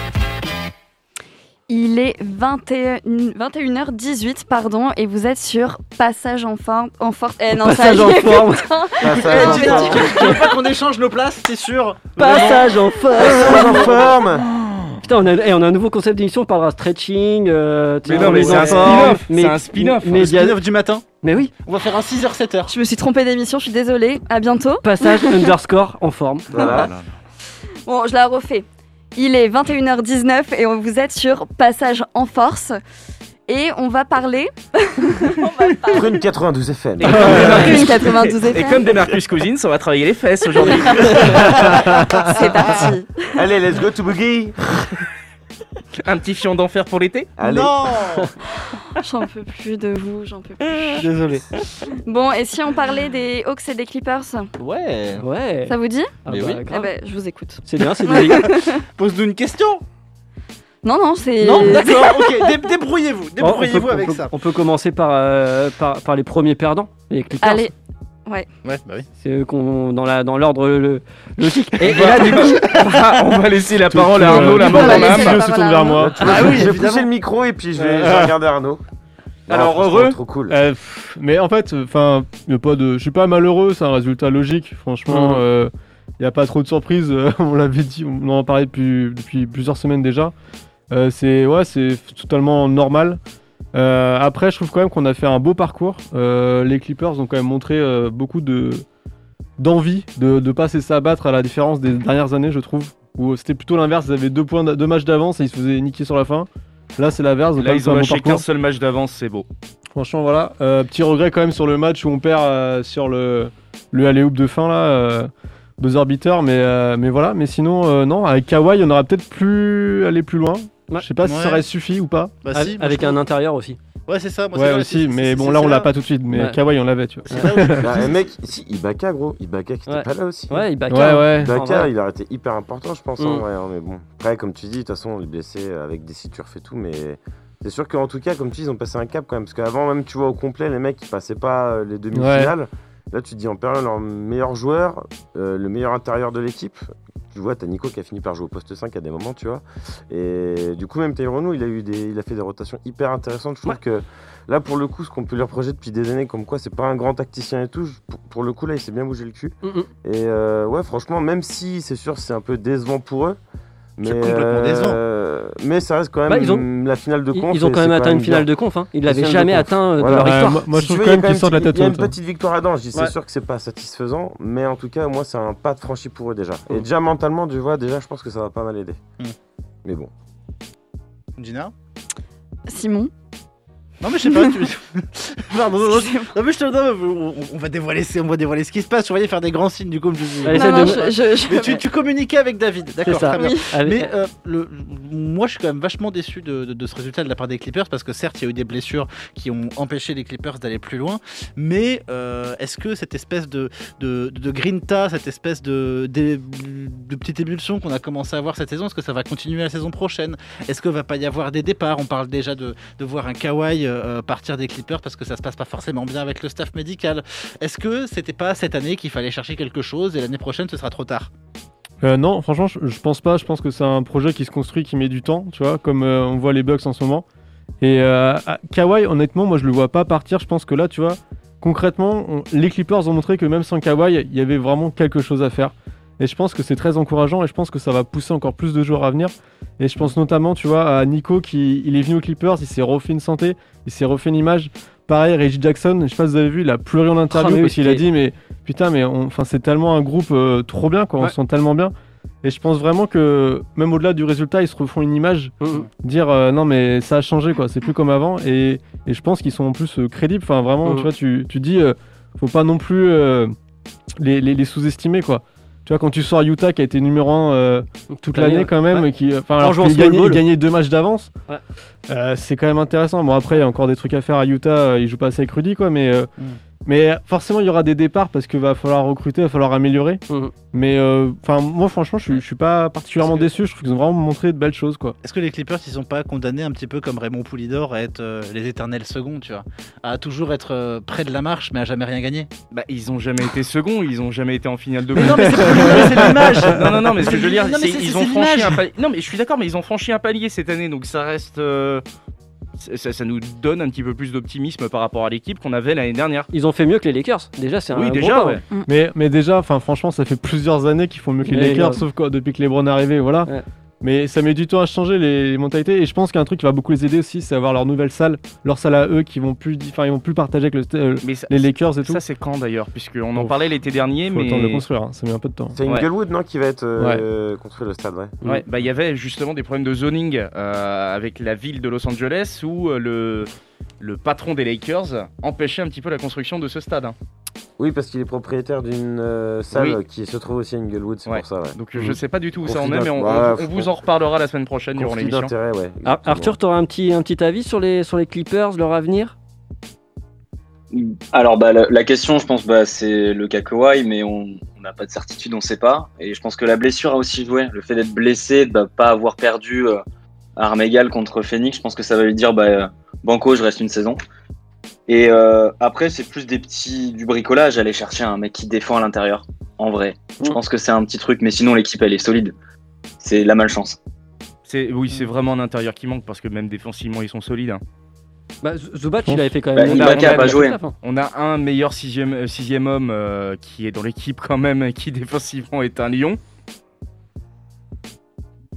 G: Il est 21, 21h18, pardon, et vous êtes sur Passage en forme. En force. Eh non,
H: Passage
G: ça y est,
H: en forme.
G: putain.
A: Passage en
I: Tu
A: forme.
I: veux pas qu'on échange nos places, t'es sûr
H: Passage en
A: Passage en
H: forme
A: forme
H: Putain, on a, eh, on a un nouveau concept d'émission, on parlera stretching, euh, tu
K: Mais
H: sais,
K: non, mais
H: les
K: c'est un
H: enfants,
K: spin-off,
H: mais-
K: c'est un spin-off.
H: mais-
I: Le spin-off du matin.
H: Mais oui,
I: On va faire un 6h-7h.
G: Je me suis trompée d'émission, je suis désolée. À bientôt.
H: passage underscore en forme.
A: Voilà.
G: Bon, je la refais. Il est 21h19 et on vous êtes sur Passage en force. Et on va parler.
A: Prune 92 FM.
G: Prune 92
K: Et
G: FM.
K: comme des Marcus Cousins, on va travailler les fesses aujourd'hui.
G: C'est parti.
A: Allez, let's go to Boogie
K: Un petit fion d'enfer pour l'été
A: Allez.
G: J'en peux plus de vous, j'en peux plus.
I: Désolé.
G: Bon, et si on parlait des Hawks et des Clippers,
I: Ouais.
H: Ouais.
G: ça vous dit
H: Ah
I: Mais
H: bah,
I: oui.
G: Eh
H: grave.
G: ben, je vous écoute.
H: C'est bien, c'est bien.
I: Pose-nous une question.
G: Non, non, c'est.
I: Non, d'accord, ok. dé- débrouillez-vous.
H: Oh, on, peut,
I: Débrouillez-vous
H: on
I: avec
H: peut-
I: ça.
H: on peut commencer par, euh, par, par les premiers perdants, les Clippers.
G: Allez,
I: Ouais, bah oui.
H: C'est eux qu'on dans la dans l'ordre le- logique.
K: Et, et là, du coup, on va- on va laisser la parole à
J: tout,
K: Arnaud,
J: euh,
K: la mort
G: on
K: dans
G: va
K: l'âme.
G: laisser la
J: Dieu se
G: parole
J: tourne
G: à
J: vers
G: Arnaud.
J: moi.
I: Ah oui,
A: je vais
I: évidemment.
A: pousser le micro et puis je vais, je vais
J: Euh.
A: regarder Arnaud. Non,
K: Alors,
A: franchement,
K: heureux
A: Trop cool.
J: Euh, pff, mais en fait, enfin, pas de, je suis pas malheureux, c'est un résultat logique. Franchement,
H: Mhm.
K: Mm.
J: il n'y a pas trop de surprises. euh, on l'avait dit, on en parlait depuis, depuis plusieurs semaines déjà. Euh, c'est ouais, c'est totalement normal. Euh, après, je trouve quand même qu'on a fait un beau parcours. Euh, les Clippers ont quand même montré euh, beaucoup de d'envie de ne pas cesser à battre, à la différence des dernières années, je trouve, où c'était plutôt l'inverse. Ils avaient deux points, d'a- deux matchs d'avance et ils se faisaient niquer sur la fin. Là, c'est l'inverse. donc quand
K: Là,
J: même,
K: ils
J: c'est
K: ont
J: un bon
K: lâché
J: parcours.
K: qu'un seul match d'avance, c'est beau.
J: Franchement, voilà. Euh, petit regret quand même sur le match où on perd euh, sur le, le alley-oop de fin, là. Euh, buzzer beater, mais, euh, mais voilà. Mais sinon, euh, non, avec Kawhi, on aurait peut-être plus allé plus loin.
H: Ouais.
J: Je sais pas si
I: Ouais.
J: ça aurait suffi ou pas.
I: Bah
H: Avec-
I: si, moi,
H: avec
I: je
H: un
I: trouve.
H: intérieur aussi.
I: Ouais, c'est ça. moi, c'est
J: ouais,
I: là-
J: aussi,
I: c'est-
J: mais
I: c'est-
J: bon,
I: c'est
J: là, on
I: là.
J: l'a pas tout de suite. Mais
H: Ouais.
J: Kawhi, on l'avait, tu vois.
I: C'est là où-
A: Bah, eh, mec, si, Ibaka, gros. Ibaka qui était
H: Ouais.
A: pas là aussi.
H: Ouais, Ibaka.
J: Ouais, ouais.
H: En
A: Ibaka,
H: vrai.
A: il aurait été hyper important, je pense. hein,
H: Mm.
A: ouais, hein, mais bon. Après, comme tu dis, de toute façon, on est blessé avec des si tu refais tout, mais C'est sûr qu'en tout cas, comme tu dis, ils ont passé un cap quand même. Parce qu'avant, même tu vois au complet, les mecs, ils passaient pas euh, les demi-finales. Là, tu te dis en perdant leur meilleur joueur, euh, le meilleur intérieur de l'équipe. Tu vois, t'as Nico qui a fini par jouer au poste 5 à des moments, tu vois. Et du coup, même Tyrone, Lou, il a eu des, il a fait des rotations hyper intéressantes. Je trouve que là, pour le coup, ce qu'on peut leur projeter depuis des années, comme quoi c'est pas un grand tacticien et tout, je- pour, pour le coup, là, il s'est bien bougé le cul.
H: Mm,
A: Et euh, ouais, franchement, même si c'est sûr, c'est un peu décevant pour eux. Mais,
H: C'est complètement décevant.
A: euh, mais ça reste quand même
H: Bah, ils ont-
A: la finale de
H: ils-
A: conf.
H: ils ont
A: et
H: quand
A: c'est
H: même atteint une finale
A: bien.
H: de conf, hein. Ils
A: La
H: l'avaient
A: finale de
H: jamais
A: conf.
H: atteint, euh, de leur victoire.
A: Ouais,
J: moi, je
A: si
J: trouve
A: tu veux,
J: quand
A: il y a
J: même qu'ils sortent la tête
A: Il y a une
J: haute, hein.
A: petite victoire à Dange. Je dis,
J: Ouais.
A: C'est sûr que c'est pas satisfaisant, mais en tout cas, moi, c'est un pas de franchi pour eux déjà. Et déjà mentalement, tu vois, déjà, je pense que ça va pas mal aider.
K: Mm.
A: Mais bon.
I: Gina
G: Simon
I: Non mais je sais pas. Tu... Pardon, non, non, non, mais je te non, mais on, on- on va dévoiler, ce- on va dévoiler ce qui se passe. Je voyais faire des grands signes du coup. mais je-
H: Allez, Non, essaie de- non, je- je-
I: Mais tu, tu communiquais avec David, d'accord
H: ça.
I: très bien.
H: Oui.
I: Mais
H: Avec-
I: euh, le, moi, je suis quand même vachement déçu de, de- de ce résultat de la part des Clippers parce que certes, il y a eu des blessures qui ont empêché les Clippers d'aller plus loin. Mais euh, est-ce que cette espèce de, de, de grinta, cette espèce de, de, de petite émulsion qu'on a commencé à avoir cette saison, est-ce que ça va continuer la saison prochaine Est-ce que va pas y avoir des départs On parle déjà de, de voir un Kawhi euh, partir des Clippers parce que ça se passe pas forcément bien avec le staff médical. Est-ce que c'était pas cette année qu'il fallait chercher quelque chose et l'année prochaine ce sera trop tard
J: Euh, non, franchement, je, je pense pas. Je pense que c'est un projet qui se construit, qui met du temps, tu vois, comme euh, on voit les Bucks en ce moment. Et euh, à- Kawhi, honnêtement, moi, je le vois pas partir. Je pense que là, tu vois, concrètement, on- les Clippers ont montré que même sans Kawhi, il y avait vraiment quelque chose à faire. Et je pense que c'est très encourageant et je pense que ça va pousser encore plus de joueurs à venir. Et je pense notamment, tu vois, à Nico qui il est venu aux Clippers, il s'est refait une santé, il s'est refait une image. Pareil, Reggie Jackson, je sais pas si vous avez vu, il a pleuré en interview
H: Ah, mais oui,
J: parce qu'il a
H: c'était-
J: dit, mais putain, mais on- enfin, c'est tellement un groupe euh, trop bien, quoi, on
H: Ouais.
J: se sent tellement bien. Et je pense vraiment que même au-delà du résultat, ils se refont une image, dire euh, non mais ça a changé quoi, c'est plus comme avant. Et, et je pense qu'ils sont en plus euh, crédibles. Enfin vraiment,
H: Mhm.
J: tu vois, tu, tu dis, euh, faut pas non plus euh, les, les- les sous-estimer quoi. Tu vois, quand tu sors Utah qui a été numéro euh, 1 toute
H: Toute l'année,
J: l'année quand
H: ouais.
J: même,
H: Ouais.
J: et qui, enfin,
H: En
J: alors
H: jouant
J: qu'il
H: small
J: gagnait- il
H: ball.
J: gagnait deux matchs d'avance,
H: Ouais.
J: euh, c'est quand même intéressant. Bon, après, il y a encore des trucs à faire à Utah. euh, Ils jouent pas assez avec Rudy, quoi. Mais, euh,
H: Mm.
J: mais forcément, il y aura des départs parce qu'il va falloir recruter, va falloir améliorer.
H: Mm.
J: Mais euh, enfin, moi, franchement, je suis- je suis pas particulièrement déçu. Je trouve qu'ils ont vraiment montré de belles choses, quoi.
I: Est-ce que les Clippers, ils sont pas condamnés un petit peu comme Raymond Poulidor à être euh, les éternels seconds, tu vois À toujours être euh, près de la marche, mais à jamais rien gagner
K: Bah, ils ont jamais été seconds, ils ont jamais été en finale de
I: Mais
K: coupe.
I: non, mais c'est- mais c'est l'image.
K: Non, non, non, mais ce que je veux dire,
I: Non, mais
K: c'est
I: c'est-
K: ils
I: c'est
K: ont franchi
I: l'image.
K: un palier. Non, mais je suis d'accord, mais ils ont franchi un palier cette année, donc ça reste. euh, ça- Ça, ça nous donne un petit peu plus d'optimisme par rapport à l'équipe qu'on avait l'année dernière.
J: Ils ont fait mieux que les Lakers. Déjà, c'est
K: un Oui, gros déjà, pas, ouais. ouais.
J: Ah Mais, mais déjà, enfin, franchement, ça fait plusieurs années qu'ils font mieux que les
H: Mais
J: Lakers,
H: grave.
J: sauf quoi, depuis que LeBron est arrivé, voilà. Mais ça met du temps à changer les mentalités. Et je pense qu'un truc qui va beaucoup les aider aussi, c'est avoir leur nouvelle salle, leur salle à eux, qui vont plus, di- enfin, ils vont plus partager avec le st- euh,
K: Mais ça-
J: les Lakers et tout.
K: Ça, c'est quand d'ailleurs Puisqu'on en
J: Ouf.
K: parlait l'été dernier,
J: Faut
K: mais.
J: le temps de le construire, hein, ça met un peu de temps.
A: C'est Inglewood, non, qui va être euh, construit le stade, ouais.
K: Ouais, bah il y avait justement des problèmes de zoning euh, avec la ville de Los Angeles où euh, le, le patron des Lakers empêchait un petit peu la construction de ce stade. hein.
A: Oui, parce qu'il est propriétaire d'une euh, salle
K: Oui.
A: euh, qui se trouve aussi à Inglewood, c'est pour ça, ouais. Mmh.
K: Donc
J: Mm.
K: je sais pas du tout où ça
A: Conflit
K: en est, mais on,
A: d'int- ouais,
K: on- on
A: faut-
K: vous en reparlera la semaine prochaine durant
A: conflit
K: l'émission.
A: d'intérêt, ouais.
H: Ar- Ah, Arthur, t'auras un petit, un petit avis sur les, sur les Clippers, leur avenir
D: Alors, bah, la, la question, je pense, bah, c'est le cas Kawhi, mais on on n'a pas de certitude, on sait pas. Et je pense que la blessure a aussi joué. Le fait d'être blessé, de ne pas avoir perdu euh, à armes égales contre Phoenix, je pense que ça va lui dire bah, euh, Banco, je reste une saison. Et euh, après, c'est plus des petits du bricolage, aller chercher un mec qui défend à l'intérieur, en vrai. Je pense que c'est un petit truc, mais sinon, l'équipe, elle est solide. C'est la malchance.
K: C'est oui, c'est vraiment un intérieur qui manque parce que même défensivement ils sont solides. hein.
H: bah, Z- Zubac, il avait fait quand
K: Bah,
H: même.
K: on
H: on
K: on
H: on tout à fait.
K: On a un meilleur sixième, euh, sixième homme euh, qui est dans l'équipe quand même, et qui défensivement est un lion.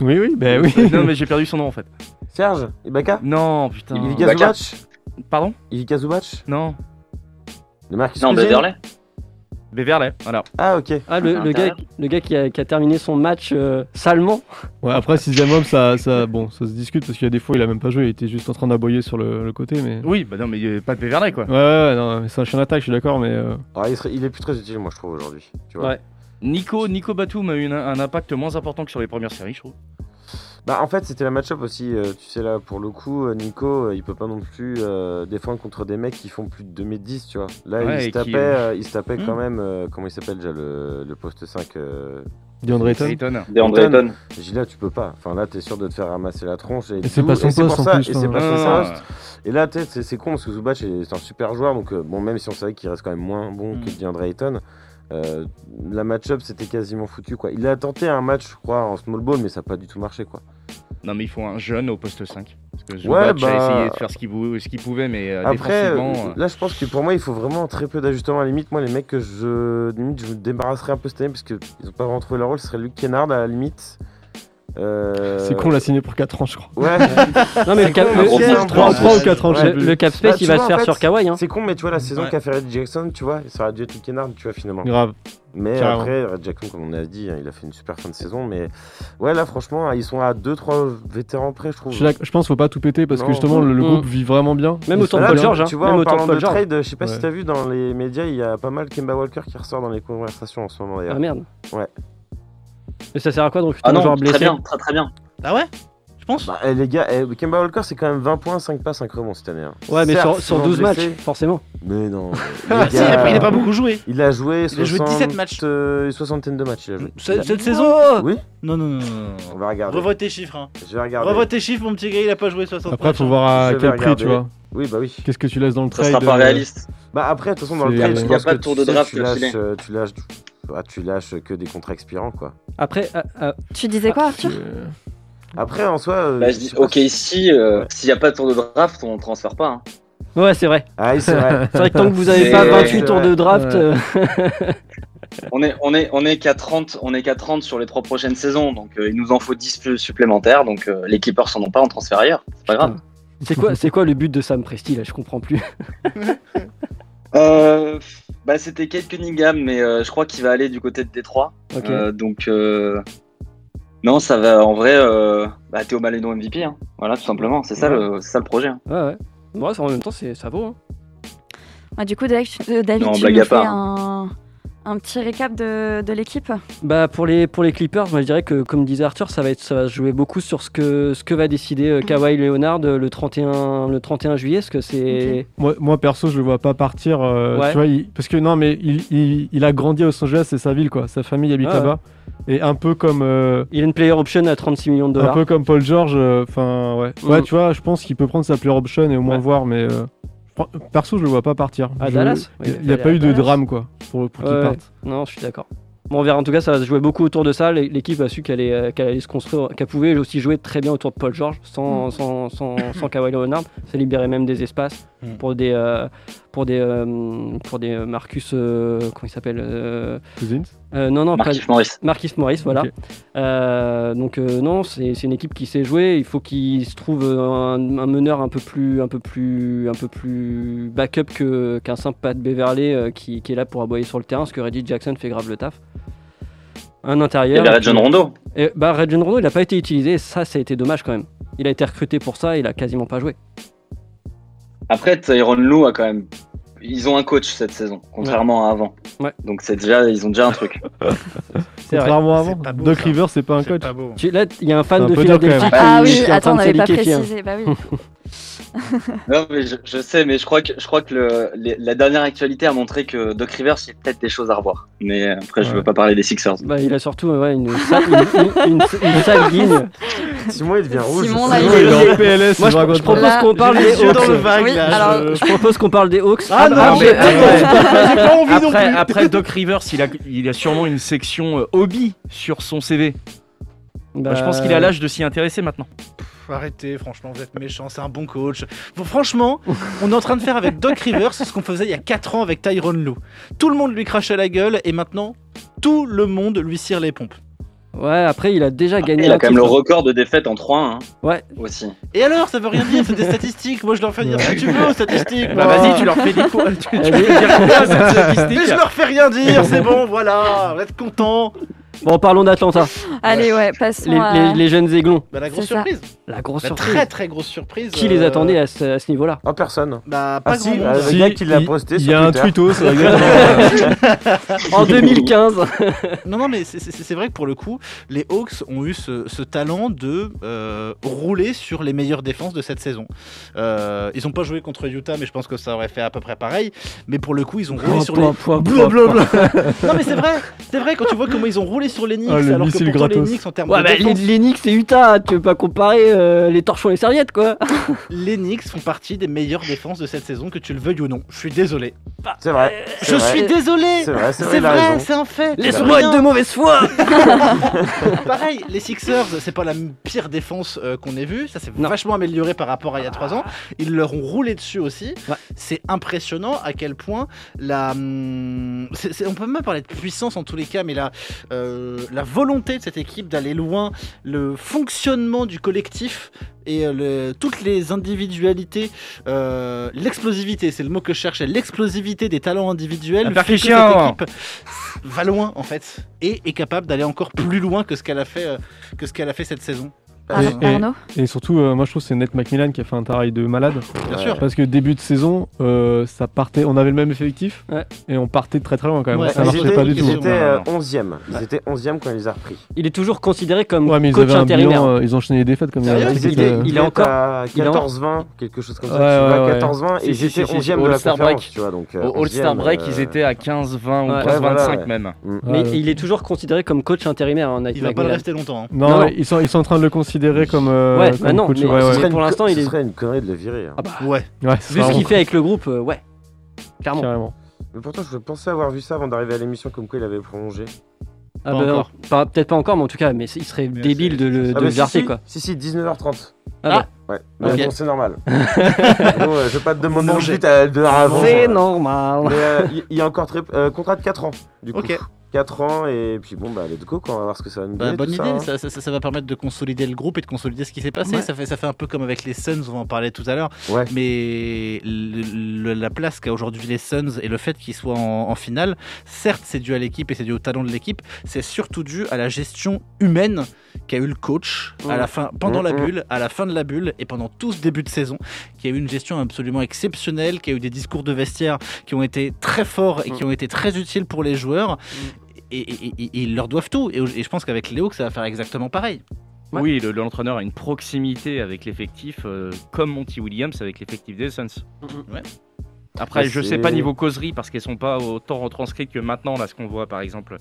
J: Oui, oui, bah oui.
K: euh, non mais j'ai perdu son nom en fait.
A: Serge Ibaka
K: Non, putain.
A: Ivica Zubac
K: Pardon
A: Ivica Zubac
K: Non.
A: Le Marcus
K: Non,
A: Cousins
K: Beverley. Beverley, voilà.
A: Ah, ok.
H: Ah, le, le gars, le gars qui, a, qui a terminé son match euh, salement.
J: Ouais, après, sixième homme, ça, ça, bon, ça se discute parce qu'il y a des fois, il a même pas joué, il était juste en train d'aboyer sur le, le côté. Mais...
K: Oui, bah non mais euh, pas de Beverley quoi.
J: Ouais, ouais, ouais, non, mais c'est un chien d'attaque, je suis d'accord, mais. euh,
A: Ah, il, serait- il est plus très utile, moi, je trouve, aujourd'hui. Tu vois
K: Ouais. Nico, Nico Batum a eu une- un impact moins important que sur les premières séries, je trouve.
A: Bah, en fait, c'était la match-up aussi. euh, tu sais, là, pour le coup, euh, Nico, euh, il peut pas non plus euh, défendre contre des mecs qui font plus de 2m10, tu vois. Là,
K: Ouais,
A: il
K: et
A: se
K: qui,
A: tapait,
K: euh,
A: euh, il se tapait
K: hmm.
A: quand même, euh, comment il s'appelle déjà, le, le poste 5 euh,
J: DeAndre Ayton.
D: DeAndre Ayton.
A: J'ai dit là, tu peux pas. Enfin là, t'es sûr de te faire ramasser la tronche. Et,
J: c'est
A: tout.
J: pas son
A: Et c'est
J: poste,
A: pour
J: en
A: ça.
J: plus,
A: Et c'est
J: hein.
A: pas
J: Non,
A: son
J: non,
A: poste. Et là, tu sais, c'est c'est con parce que Zubac est c'est un super joueur. Donc euh, bon, même si on savait qu'il reste quand même moins bon
K: Hmm.
A: que DeAndre Ayton. euh, la match-up c'était quasiment foutu quoi. Il a tenté un match je crois en small ball mais ça n'a pas du tout marché quoi.
K: Non, mais il faut un jeune au poste 5. Parce que
A: Ouais,
K: Zubac a
A: bah-
K: essayé de faire ce qu'il vou- ce qu'il pouvait, mais euh,
A: Après, euh,
K: défensivement, euh,
A: là, je pense que pour moi, il faut vraiment très peu d'ajustements. À la limite, moi, les mecs que je. Limite, je me débarrasserais un peu cette année parce qu'ils n'ont pas vraiment trouvé leur rôle. Ce serait Luke Kennard à la limite. Euh,
J: C'est con, on l'a signé pour 4 ans, je crois.
A: Ouais.
J: Non, mais le cap- le- trois- trois ou quatre ans, je sais plus. Le cap space, il
A: Bah, tu
J: va
A: vois,
J: se faire
A: en fait,
J: sur Kawhi, hein.
A: C'est con, mais tu vois, la saison
J: Ouais.
A: qu'a fait Red Jackson, tu vois, ça aurait dû être Luke Kennard, tu vois, finalement.
J: Grave.
A: Mais
J: Carrément.
A: après, Red Jackson, comme on a dit, hein, il a fait une super fin de saison. Mais ouais, là, franchement, ils sont à 2-3 vétérans près, je trouve.
J: Je, suis d'ac- je pense qu'il faut pas tout péter parce
A: Non.
J: que justement le, le
A: Mm.
J: groupe vit vraiment bien.
A: Même
J: Ils
A: autant
J: sont
A: de Paul
J: bien.
A: George, hein. Tu vois,
J: Même
A: en
J: autant de
A: parlant
J: Paul
A: de
J: George.
A: trade, je sais pas
J: Ouais.
A: si t'as vu dans les médias, il y a pas mal Kemba Walker qui ressort dans les conversations en ce moment d'ailleurs.
H: Ah, merde.
A: Ouais.
H: Mais ça sert à quoi donc recruter un joueur blessé
D: Ah, très très bien.
I: Ah ouais Je pense.
A: Bah, eh, les gars, eh, Kemba Walker c'est quand même 20 points, 5 passes, 5 rebonds cette année. hein.
H: Ouais, mais
A: Certes,
H: sur, sur
A: souvent
H: 12
A: blessé.
H: matchs, forcément.
A: Mais non.
I: Ah, si, il a pas- il a pas beaucoup joué.
A: Il a joué,
I: Il a joué 17
A: matchs. Une soixantaine de matchs, il a joué.
I: Cette-
A: Il a-
I: cette
K: Oh
I: saison
A: Oui
I: Non, non, non.
A: On va regarder.
I: Revois tes chiffres. Hein.
A: Je vais regarder.
I: Revois tes chiffres, mon petit gars, il a pas joué 60
J: Après,
I: matchs,
J: faut
I: hein.
J: voir euh, à
A: Je vais
J: quel prix,
A: regarder.
J: tu vois.
A: Oui, bah oui.
J: Qu'est-ce que tu laisses dans le
A: Ça
J: trade
A: sera pas
J: euh,
A: réaliste. Bah après, de toute façon, dans le
J: C'est-
A: trade, je
J: Il y a
A: pense
J: pas
A: que
J: de tour de
A: tu sais,
J: draft
A: tu lâches,
J: filé.
A: euh, tu lâches, bah, tu lâches que des contrats expirants quoi.
H: Après, euh, ah,
G: tu disais quoi, Arthur
A: Après, en soi. euh,
D: Bah, je dis,
A: sais pas
D: ok, ici, euh, s'il n'y a pas de tour de draft, on ne transfère pas. hein.
H: Ouais, c'est vrai.
A: Ah, oui, c'est vrai.
H: C'est vrai que tant que vous avez
D: C'est-
H: pas 28 tours de
D: Ouais.
H: draft.
D: Ouais.
H: euh,
D: On est, on est, on est qu'à 30, on est qu'à 30 sur les trois prochaines saisons, donc euh, il nous en faut 10 plus supplémentaires, donc euh, les Clippers n'en ont pas, on transfère ailleurs, c'est pas grave.
H: c'est quoi, c'est quoi le but de Sam Presti là Je comprends plus. Ah.
D: Euh, bah, c'était Kate Cunningham, mais euh, je crois qu'il va aller du côté de Détroit.
H: Ok.
D: Euh, donc, euh, non, ça va, en vrai, euh, bah, Théo Malédon MVP, hein. voilà, tout simplement, c'est ça, le- c'est ça le projet. hein.
H: Ouais, ouais. Ouais, ça, en même temps, c'est, ça vaut. Hein.
G: Ouais, du coup, David, tu- euh, David,
D: Non,
G: tu
D: blague
G: nous
D: à part,
G: fais un, un petit récap de, de l'équipe
H: Bah, pour, les, pour les Clippers, moi, je dirais que, comme disait Arthur, ça va, être, ça va se jouer beaucoup sur ce que, ce que va décider
G: Mm.
H: euh, Kawhi Leonard euh, le 31, le 31 juillet. Parce que c'est.
J: Moi, moi, perso, je le vois pas partir. euh,
H: Ouais.
J: Tu vois, il- parce que non, mais il, il- il a grandi à Los Angeles, c'est sa ville, quoi. Sa famille habite
H: Ouais,
J: là-bas. Et un peu comme. euh,
H: Il a une player option à 36 millions de
J: un
H: dollars.
J: peu comme Paul George. euh, Enfin, ouais.
H: Mm.
J: Ouais, tu vois, je pense qu'il peut prendre sa player option et au moins voir, mais. euh, je prends- Perso, je le vois pas partir.
H: À
J: Je-
H: Dallas Ouais,
J: Il
H: il
J: n'y
H: fallait
J: a pas
H: à
J: eu de
H: Dallas.
J: drame, quoi, pour, pour qu'il
H: Ouais,
J: parte.
H: ouais. Non, je suis d'accord. Bon, on verra. En tout cas, ça va se jouer beaucoup autour de ça. L'é- L'équipe a su qu'elle est- euh, qu'elle allait se construire, qu'elle pouvait aussi jouer très bien autour de Paul George,
J: Mm.
H: sans, sans, sans, sans Kawhi Leonard. Ça libérait même des espaces pour des, euh, pour des, euh, pour des euh, Marcus, euh, comment il s'appelle euh,
J: Cousins
H: euh, Non, non,
D: Markieff Morris.
H: Marquis Morris, voilà.
J: Ok.
H: Euh, donc euh, non, c'est c'est une équipe qui sait jouer. Il faut qu'il se trouve euh, un, un meneur un peu plus, un peu plus, un peu plus backup que qu'un simple Pat Beverley euh, qui, qui est là pour aboyer sur le terrain, parce que Reggie Jackson fait grave le taf. Un intérieur.
D: Il y avait Rajon
H: puis-
D: Rondo.
H: Et, bah Rajon Rondo, il n'a pas été utilisé. et Ça, ça a été dommage quand même. Il a été recruté pour ça, il a quasiment pas joué.
D: Après, Tyronn Lou a quand même. Ils ont un coach cette saison, contrairement à avant. Donc c'est déjà, ils ont déjà un truc.
H: C'est vrai.
J: Contrairement à avant, Doc Rivers, c'est pas un coach.
H: Tu- là, il y a un fan
J: C'est un
H: de
J: peu dur, quand
H: Philadelphie.
J: même.
H: qui-
G: Ah oui,
H: qui est en train
G: attends, on
H: de se
G: n'avait pas
H: liquéfier, hein.
G: précisé, bah oui.
D: non, mais je, je sais, mais je crois que, je crois que le- les- la dernière actualité a montré que Doc Rivers, il y a peut-être des choses à revoir. Mais après, je
H: Ouais.
D: veux pas parler des Sixers.
H: Bah, il a surtout euh, ouais, une, sa- une- une- une- une sale guigne.
A: Simon, il devient rouge.
G: Simon,
H: là, il est- il est en
J: PLS,
H: Moi,
J: il
H: je,
J: raconte
H: je propose
J: pas.
H: qu'on parle
J: J'ai
H: des
J: les yeux
H: Hawks.
J: dans le vague, Oui, là,
G: alors-
H: je... je propose qu'on parle des Hawks.
I: Ah non,
H: Après-
I: mais attends,
H: Après-
I: j'ai pas envie non
L: après,
I: plus.
L: après Doc Rivers, il a, il a sûrement une section euh, hobby sur son CV.
H: Bah,
L: je pense qu'il a l'âge de s'y intéresser maintenant.
I: Pff, Arrêtez, franchement, vous êtes méchants, c'est un bon coach. Bon, franchement, on est en train de faire avec Doc Rivers ce qu'on faisait il y a 4 ans avec Tyron Lou. Tout le monde lui crachait la gueule et maintenant, tout le monde lui cire les pompes.
H: Ouais, après, il a déjà gagné.
D: Il
H: un
D: a quand même le
H: titre.
D: record de défaite en 3-1. hein,
H: Ouais.
D: Aussi.
I: Et alors, ça veut rien dire, c'est des statistiques. Moi, je leur fais dire ce que tu veux aux statistiques.
L: Bah,
I: moi.
L: vas-y, tu leur fais des co- tu- tu
H: Vas-y.
L: veux dire quoi, cette statistique
I: Mais je leur fais rien dire, c'est bon, voilà, vous êtes contents.
H: Bon, parlons d'Atlanta.
G: Allez, ouais, passons
H: Les,
G: à-
H: les- les jeunes aiglons.
I: Bah, la grosse
G: C'est ça.
I: surprise.
H: La grosse
I: La
H: surprise.
I: Très très grosse surprise.
H: Qui les
I: euh,
H: attendait à ce, à ce niveau-là
A: En personne.
I: Bah,
A: Ah
I: pas
A: si,
I: grand
A: euh,
I: monde.
A: le gars qui l'a posté sur Twitter.
H: En 2015.
I: non, non, mais c'est- c'est c'est vrai que pour le coup, les Hawks ont eu ce, ce talent de euh, rouler sur les meilleures défenses de cette saison. Euh, ils n'ont pas joué contre Utah, mais je pense que ça aurait fait à peu près pareil. Mais pour le coup, ils ont roulé
J: Oh,
I: sur
J: point,
I: les.
J: point, point,
I: Blablabla.
J: point.
I: non, mais c'est vrai, c'est vrai quand tu vois comment ils ont roulé sur les Knicks,
J: Ah, le
I: alors que
J: missile
I: pourtant les
J: gratos.
I: Knicks en termes
H: Ouais,
I: de
H: bah, les,
I: défense,
H: les Knicks et Utah, tu veux pas comparer euh, les torchons et les serviettes, quoi.
I: les Knicks font partie des meilleures défenses de cette saison, que tu le veuilles ou non. Je suis désolé.
A: C'est vrai.
I: Je suis désolé.
A: C'est vrai, c'est vrai,
I: C'est
A: il a
I: vrai,
A: raison.
I: c'est un fait.
A: Bah,
H: Laisse-moi
I: Rien.
H: être de mauvaise foi
I: Pareil, les Sixers, c'est pas la m- pire défense euh, qu'on ait vue. Ça s'est vachement amélioré par rapport à il y a trois ans. Ils leur ont roulé dessus aussi. C'est impressionnant à quel point la. hum, c'est- c'est- on peut même parler de puissance en tous les cas, mais la, euh, la volonté de cette équipe d'aller loin, le fonctionnement du collectif et euh, le- toutes les individualités, euh, l'explosivité, c'est le mot que je cherchais, l'explosivité des talents individuels.
K: La
I: fait que cette
K: percussion.
I: équipe va loin en fait et est capable d'aller encore plus loin que ce qu'elle a fait euh, que ce qu'elle a fait cette saison.
J: Et- et, et surtout, euh, moi je trouve que c'est Net Macmillan qui a fait un travail de malade.
I: Bien sûr.
J: Parce que début de saison, euh, ça partait, on avait le même effectif et on partait de très très loin quand même.
A: Ouais,
J: ça
A: ils
J: marchait
A: étaient-
J: pas du tout.
A: Ils étaient euh, 11e. Ils étaient 11e quand il les a repris.
H: Il est toujours considéré comme
J: Ouais, mais ils
H: coach
J: avaient un
H: intérimaire.
J: bilan, euh, ils ont enchaîné les défaites comme il y a-
H: Sérieux
J: c'était,
H: Il est-
J: euh,
H: il est encore
A: Ah, à
H: il est en-
A: 14-20, quelque chose comme ça.
J: Ouais,
A: tu vois,
J: ouais, ouais.
A: 14-20 et
K: Si, si,
A: j'étais
K: si, si,
A: 11e de la
K: All-Star
A: conférence,
K: break.
A: tu vois. Donc, euh,
K: Au All-Star
A: 11e,
K: break,
A: euh,
K: ils étaient à 15, 20 ou
H: Ouais.
K: 15,
H: Ouais, voilà,
K: 25
A: ouais.
K: même.
H: Mais il est toujours considéré comme coach intérimaire. hein, En
I: Il va pas le rester longtemps, hein.
J: Non, ouais, Ils, sont, ils sont en train de le considérer comme. euh,
H: Ouais,
J: comme
H: maintenant,
J: coach,
H: mais
J: ouais,
H: ce
J: ouais.
H: serait pour l'instant, il
A: Ce
H: est.
A: serait une connerie de le virer. hein.
H: Ah bah,
I: Ouais.
J: Ouais,
H: Vu ce qu'il fait avec le groupe, euh, ouais. Clairement.
A: Mais pourtant, je pensais avoir vu ça avant d'arriver à l'émission, comme quoi il avait prolongé.
H: Ah bah, non, pas- Peut-être pas encore, mais en tout cas, mais il serait débile de le
A: Ah
H: de
A: bah,
H: le
A: si,
H: jarter,
A: si.
H: quoi.
A: Si, si, 19h30.
H: Ah
A: Ouais,
H: bah.
A: mais
H: Ok.
A: bon, c'est normal. Bon, euh, je vais pas te demander non plus à deux heures avant.
H: C'est
A: euh.
H: normal.
A: Mais euh, il il y a encore très. euh, contrat de 4 ans, du coup.
I: Ok.
A: 4 ans, et puis bon, bah, les deux quoi, on va voir ce que ça va nous
I: Bah,
A: donner.
I: bonne
A: tout ça,
I: idée, ça,
A: hein.
I: ça- ça- ça va permettre de consolider le groupe et de consolider ce qui s'est passé.
A: Ouais.
I: Ça, fait, ça fait un peu comme avec les Suns, on va en parler tout à l'heure.
A: Ouais.
I: Mais le- le- la place qu'a aujourd'hui les Suns et le fait qu'ils soient en, en finale, certes, c'est dû à l'équipe et c'est dû au talent de l'équipe, c'est surtout dû à la gestion humaine qu'a eu le coach à
L: Mhm.
I: la fin, pendant la
L: Mhm.
I: bulle, à la fin de la bulle et pendant tout ce début de saison, qui a eu une gestion absolument exceptionnelle, qui a eu des discours de vestiaire qui ont été très forts et qui ont été très utiles pour les joueurs.
K: Mm.
I: Et, et- et- et ils leur doivent tout. Et, et je pense qu'avec Léo, que ça va faire exactement pareil.
K: Oui, le- l'entraîneur a une proximité avec l'effectif, euh, comme Monty Williams avec l'effectif des Suns. Après,
H: Bah,
L: Ouais,
K: je
L: c'est-
K: sais pas niveau causerie parce qu'elles sont pas autant retranscrites que maintenant, là, ce qu'on voit par exemple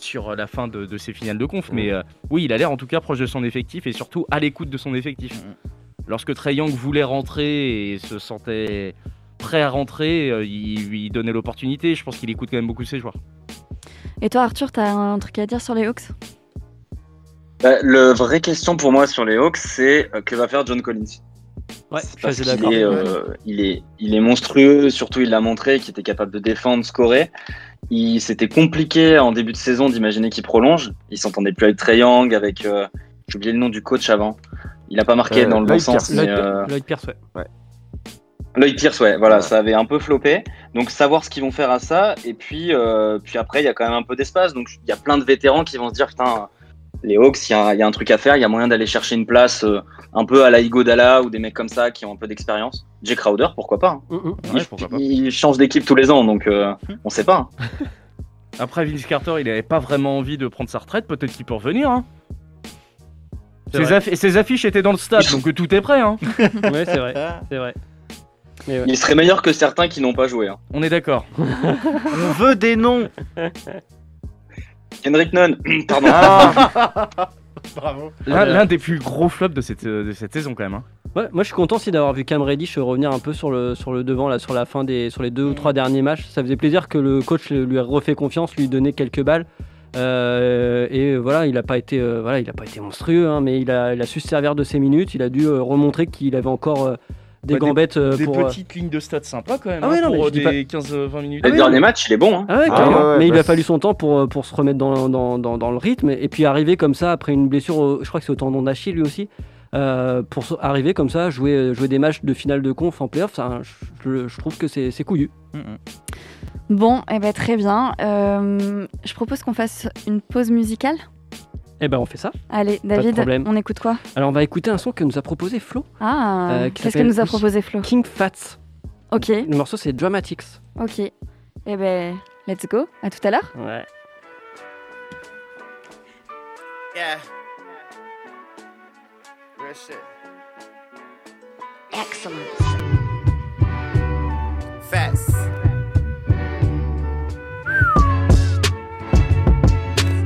K: sur euh, la fin de, de ces finales de conf. Mais euh, oui, il a l'air en tout cas proche de son effectif et surtout à l'écoute de son effectif.
H: Mm.
K: Lorsque Trae Young voulait rentrer et se sentait prêt à rentrer, euh, il lui donnait l'opportunité. Je pense qu'il écoute quand même beaucoup ses joueurs.
G: Et toi, Arthur, t'as un truc à dire sur les Hawks
D: Bah, le vraie question pour moi sur les Hawks, c'est euh, que va faire John Collins
H: Ouais,
D: Parce
H: je suis assez
D: qu'il
H: d'accord.
D: est, euh, il, est, il est monstrueux, surtout il l'a montré, qu'il était capable de défendre, scorer. Il C'était compliqué en début de saison d'imaginer qu'il prolonge. Il s'entendait plus avec Trae Young, avec. euh, J'ai oublié le nom du coach avant. Il n'a pas marqué
H: Euh,
D: dans le bon
H: Lloyd
D: sens.
H: Pierce. Lloyd
D: mais, euh,
H: Lloyd Pierce, ouais.
D: Lloyd Pierce, ouais, voilà, ça avait un peu floppé. Donc savoir ce qu'ils vont faire à ça, et puis, euh, puis après, il y a quand même un peu d'espace. Donc il y a plein de vétérans qui vont se dire, putain, les Hawks, il y, a- il y a un truc à faire, il y a moyen d'aller chercher une place euh, un peu à la Igodala ou des mecs comme ça qui ont un peu d'expérience. Jay Crowder, pourquoi pas, hein.
H: Mm,
K: Ouais,
D: il,
K: pourquoi
D: il change d'équipe tous les ans, donc euh, on sait pas. hein.
K: Après, Vince Carter, il n'avait pas vraiment envie de prendre sa retraite. Peut-être qu'il peut revenir. hein.
H: C'est
K: Ses,
H: vrai.
K: affi- ses affiches étaient dans le stade, donc tout est prêt. Hein.
H: ouais, c'est vrai. C'est vrai. Mais ouais.
D: Il serait meilleur que certains qui n'ont pas joué. hein.
K: On est d'accord.
I: On veut des noms
D: Kendrick Nunn, pardon.
K: Ah.
I: Bravo.
K: L'un l'un des plus gros flops de cette, euh, de cette saison, quand même. hein.
H: Ouais, moi je suis content aussi d'avoir vu Cam Reddish revenir un peu sur le, sur le devant, là, sur la fin des sur les deux ou trois derniers matchs. Ça faisait plaisir que le coach le- lui ait refait confiance, lui donné quelques balles. Euh, et voilà, il n'a pas été euh, voilà, il a pas été monstrueux, hein, mais il a, il a su se servir de ses minutes. Il a dû euh, remontrer qu'il avait encore euh, des
K: Bah,
H: gambettes euh,
K: des
H: pour. euh,
K: petites lignes de stats sympas, quand même.
H: Ah ouais,
K: hein,
H: non, mais
K: pour
H: je
K: euh,
H: dis pas-
K: des 15-20 minutes.
D: Le dernier match, il est bon. hein.
H: Ah ouais, carrément.
K: ouais,
H: mais il
K: bah,
H: lui a fallu son temps pour, euh, pour se remettre dans, dans, dans, dans le rythme et puis arriver comme ça après une blessure, au- je crois que c'est au tendon d'Achille lui aussi, euh, pour se- arriver comme ça, jouer, euh, jouer des matchs de finale de conf en playoff, ça, hein, je, je trouve que c'est c'est couillu.
I: Mm,
G: Bon, eh ben, très bien. Euh, je propose qu'on fasse une pause musicale.
H: Eh ben on fait ça.
G: Allez,
H: Pas de
G: David,
H: problème.
G: on écoute quoi
H: Alors on va écouter un son que nous a proposé Flo.
G: Ah,
H: Euh, qui
G: qu'est-ce que
H: s'appelle
G: nous a
H: Pussy
G: proposé Flo
H: King Fats.
G: Ok,
H: Le morceau c'est Dramatics.
G: ok. Eh ben, let's go. À tout à l'heure.
H: Ouais.
M: Yeah. Real shit. Excellence. Facts.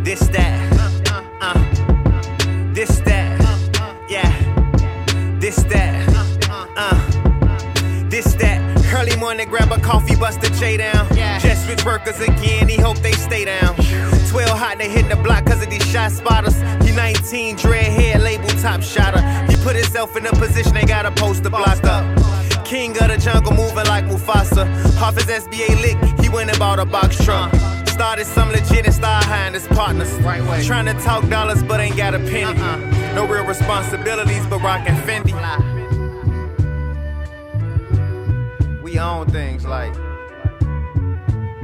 M: This that. Uh, uh. This that. Yeah. This that. Uh. This that. Early morning, grab a coffee, bust a J down. Just rich workers again, he hope they stay down. 12 hot, they hitting the block cause of these shot spotters. He 19, dread hair, label top shotter. He put himself in a position, they got a poster blocked up. King of the jungle, moving like Mufasa. Half his SBA lick, he went and bought a box truck. Started some legit and started hiring his partners. Right way. Uh-uh. Trying to talk dollars, but ain't got a penny. No real responsibilities, but rockin' Fendi. we own things like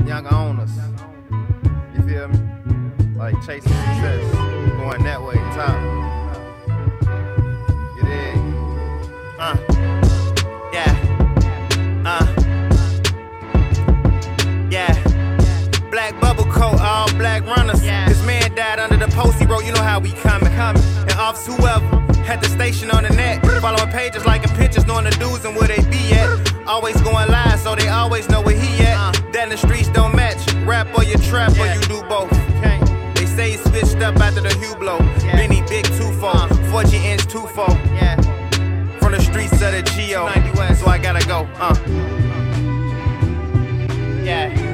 M: young owners. You feel me? Like chasing success, going that way, top. You dig? Uh, yeah, uh, yeah. Black bubble coat, all black runners. This man died under the post he wrote, you know how we coming. And offs whoever had the station on the net. Following pages, liking pictures, knowing the dudes and where they be at. Always going live, so they always know where he at. That and the streets don't match. Rap or you trap or you do both. They say he switched up after the Hublot. Benny Big Twofold, 40 inch twofold. From the streets of the Geo, so I gotta go. Uh. Yeah.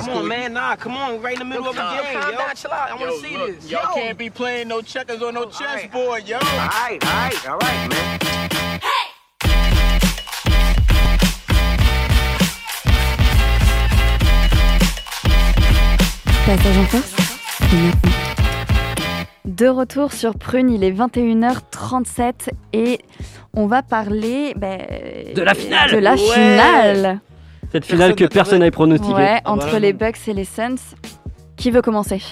N: Come on, man. Nah, come on. We're right in the middle of a
M: Yo,
N: game,
M: calm
N: yo.
M: down, chill out. I wanna
N: Yo,
M: see
N: look,
M: this.
N: Y'all
M: Yo.
N: can't be playing no checkers or no chessboard, yo.
M: All right, all right, all right, man.
G: Passage en force, c'est maintenant. De retour sur Prune, il est 21h37 et on va parler ben,
H: De la finale.
G: de la
H: Ouais.
G: finale.
H: Cette finale que personne n'avait pronostiquée.
G: Ouais, entre les Bucks et les Suns. Qui veut commencer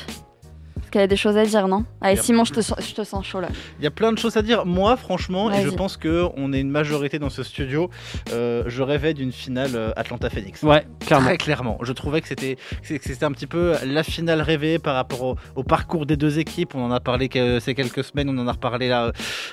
G: Parce qu'elle a des choses à dire, non Allez,
I: Yep.
G: Simon, je te, sens- je te sens chaud là.
I: Il y a plein de choses à dire. Moi, franchement, et je
G: Vas-y.
I: pense que on est une majorité dans ce studio. euh, je rêvais d'une finale euh, Atlanta Phoenix.
H: Ouais, clairement.
I: Très clairement. Je trouvais que c'était que c'est- que c'était un petit peu la finale rêvée par rapport au, au parcours des deux équipes. On en a parlé que- ces quelques semaines. On en a reparlé là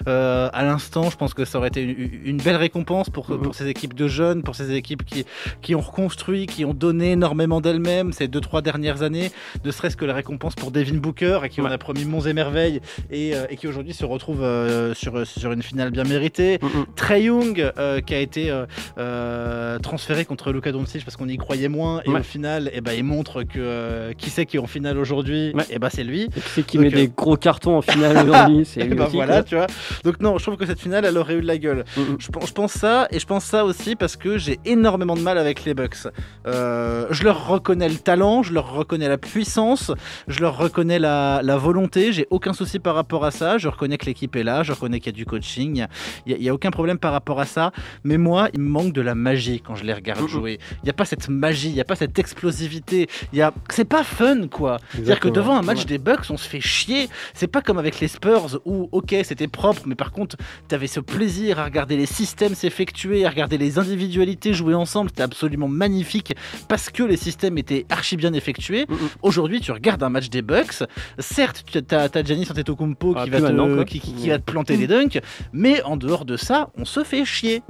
I: euh, à l'instant. Je pense que ça aurait été une, une belle récompense pour,
H: Mmh.
I: pour ces équipes de jeunes, pour ces équipes qui qui ont reconstruit, qui ont donné énormément d'elles-mêmes ces deux trois dernières années. Ne serait-ce que la récompense pour Devin Booker à qui on a promis monts et merveilles et, euh, et qui aujourd'hui se retrouve euh, sur, sur une finale bien méritée. Trey Young euh, qui a été euh, euh, transféré contre Luka Doncic parce qu'on y croyait moins et
H: Ouais.
I: au final eh ben, il montre que euh, qui c'est qui est en finale aujourd'hui et ben, c'est lui.
H: C'est qui
I: Donc,
H: met
I: euh,
H: des gros cartons en finale aujourd'hui. C'est hein.
I: Eh
H: lui
I: ben
H: aussi,
I: voilà,
H: quoi.
I: tu vois. Donc non, je trouve que cette finale, elle aurait eu de la gueule.
H: Mm,
I: Je, pense- je pense ça, et je pense ça aussi parce que j'ai énormément de mal avec les Bucks. Euh, je leur reconnais le talent, je leur reconnais la puissance, je leur reconnais la, la volonté. J'ai aucun souci par rapport à ça. Je reconnais que l'équipe est là, je reconnais qu'il y a du coaching. Il n'y a, aucun problème par rapport à ça. Mais moi, il me manque de la magie quand je les
H: Mm,
I: regarde jouer. Il n'y a pas cette magie, il n'y a pas cette explosivité. Il y a, c'est pas fun quoi. C'est-à-dire que
H: Exactement.
I: devant un match
H: Ouais.
I: des Bucks, on se fait chier. C'est pas comme avec les Spurs où, ok, c'était propre, mais par contre, t'avais ce plaisir à regarder les systèmes s'effectuer, à regarder les individualités jouer ensemble. C'était absolument magnifique parce que les systèmes étaient archi bien effectués.
J: Mm,
I: Aujourd'hui, tu regardes un match des Bucks. Certes, tu- t'as as Giannis Antetokounmpo
H: Ah,
I: qui,
H: plus
I: va
H: maintenant,
I: te,
H: quoi.
I: qui, qui-
J: Mm.
I: qui va te planter des dunks, mais en dehors de ça, on se fait chier.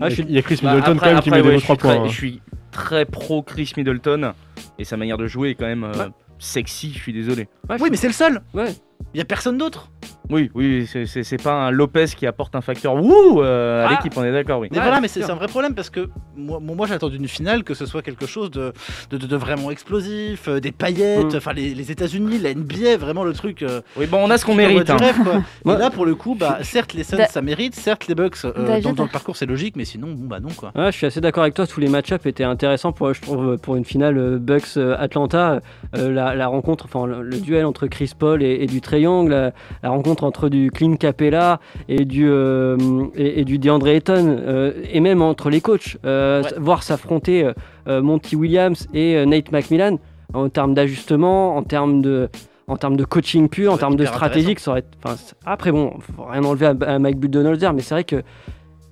J: Ah, je suis- il y a Chris
K: Bah,
J: Middleton
K: après-
J: quand même qui
K: après,
J: met des
K: ouais,
J: beaux
K: je suis
J: 3 points.
K: très-
J: hein.
K: Je suis très pro Chris Middleton et sa manière de jouer est quand même euh, sexy, je suis désolé.
I: oui, mais c'est le seul.
H: Ouais.
I: Il y a personne d'autre.
K: Oui, oui, c'est- c'est c'est pas un Lopez qui apporte un facteur wouh euh, à
I: Ah.
K: l'équipe, on est d'accord, oui.
I: Mais voilà, mais c'est c'est un vrai problème parce que moi, moi j'attends d'une finale que ce soit quelque chose de, de, de- de vraiment explosif, euh, des paillettes,
K: Mm.
I: enfin les, les États-Unis, la NBA, vraiment le truc. euh,
K: oui, bon, on a ce qu'on mérite, hein.
I: Et là, pour le coup, bah, certes, les Suns
H: Da-
I: ça mérite, certes, les Bucks euh,
H: David.
I: dans, dans le parcours c'est logique, mais sinon, bon bah non quoi.
H: Ouais, je suis assez d'accord avec toi. Tous les match-ups étaient intéressants pour, je trouve, pour une finale euh, Bucks euh, Atlanta. Euh, la, la rencontre, enfin le, le duel entre Chris Paul et, et du Triangle, la, la rencontre entre du Clint Capella et du euh, et, et du DeAndre Ayton, euh, et même entre les coachs, Euh, s- voir s'affronter euh, euh, Monty Williams et euh, Nate McMillan. en termes d'ajustement, en termes de, en termes de coaching pur, en termes de
K: hyper
H: stratégie. que ça aurait- enfin, c'est- après, bon, faut rien enlever à, à Mike Budenholzer, mais c'est vrai que,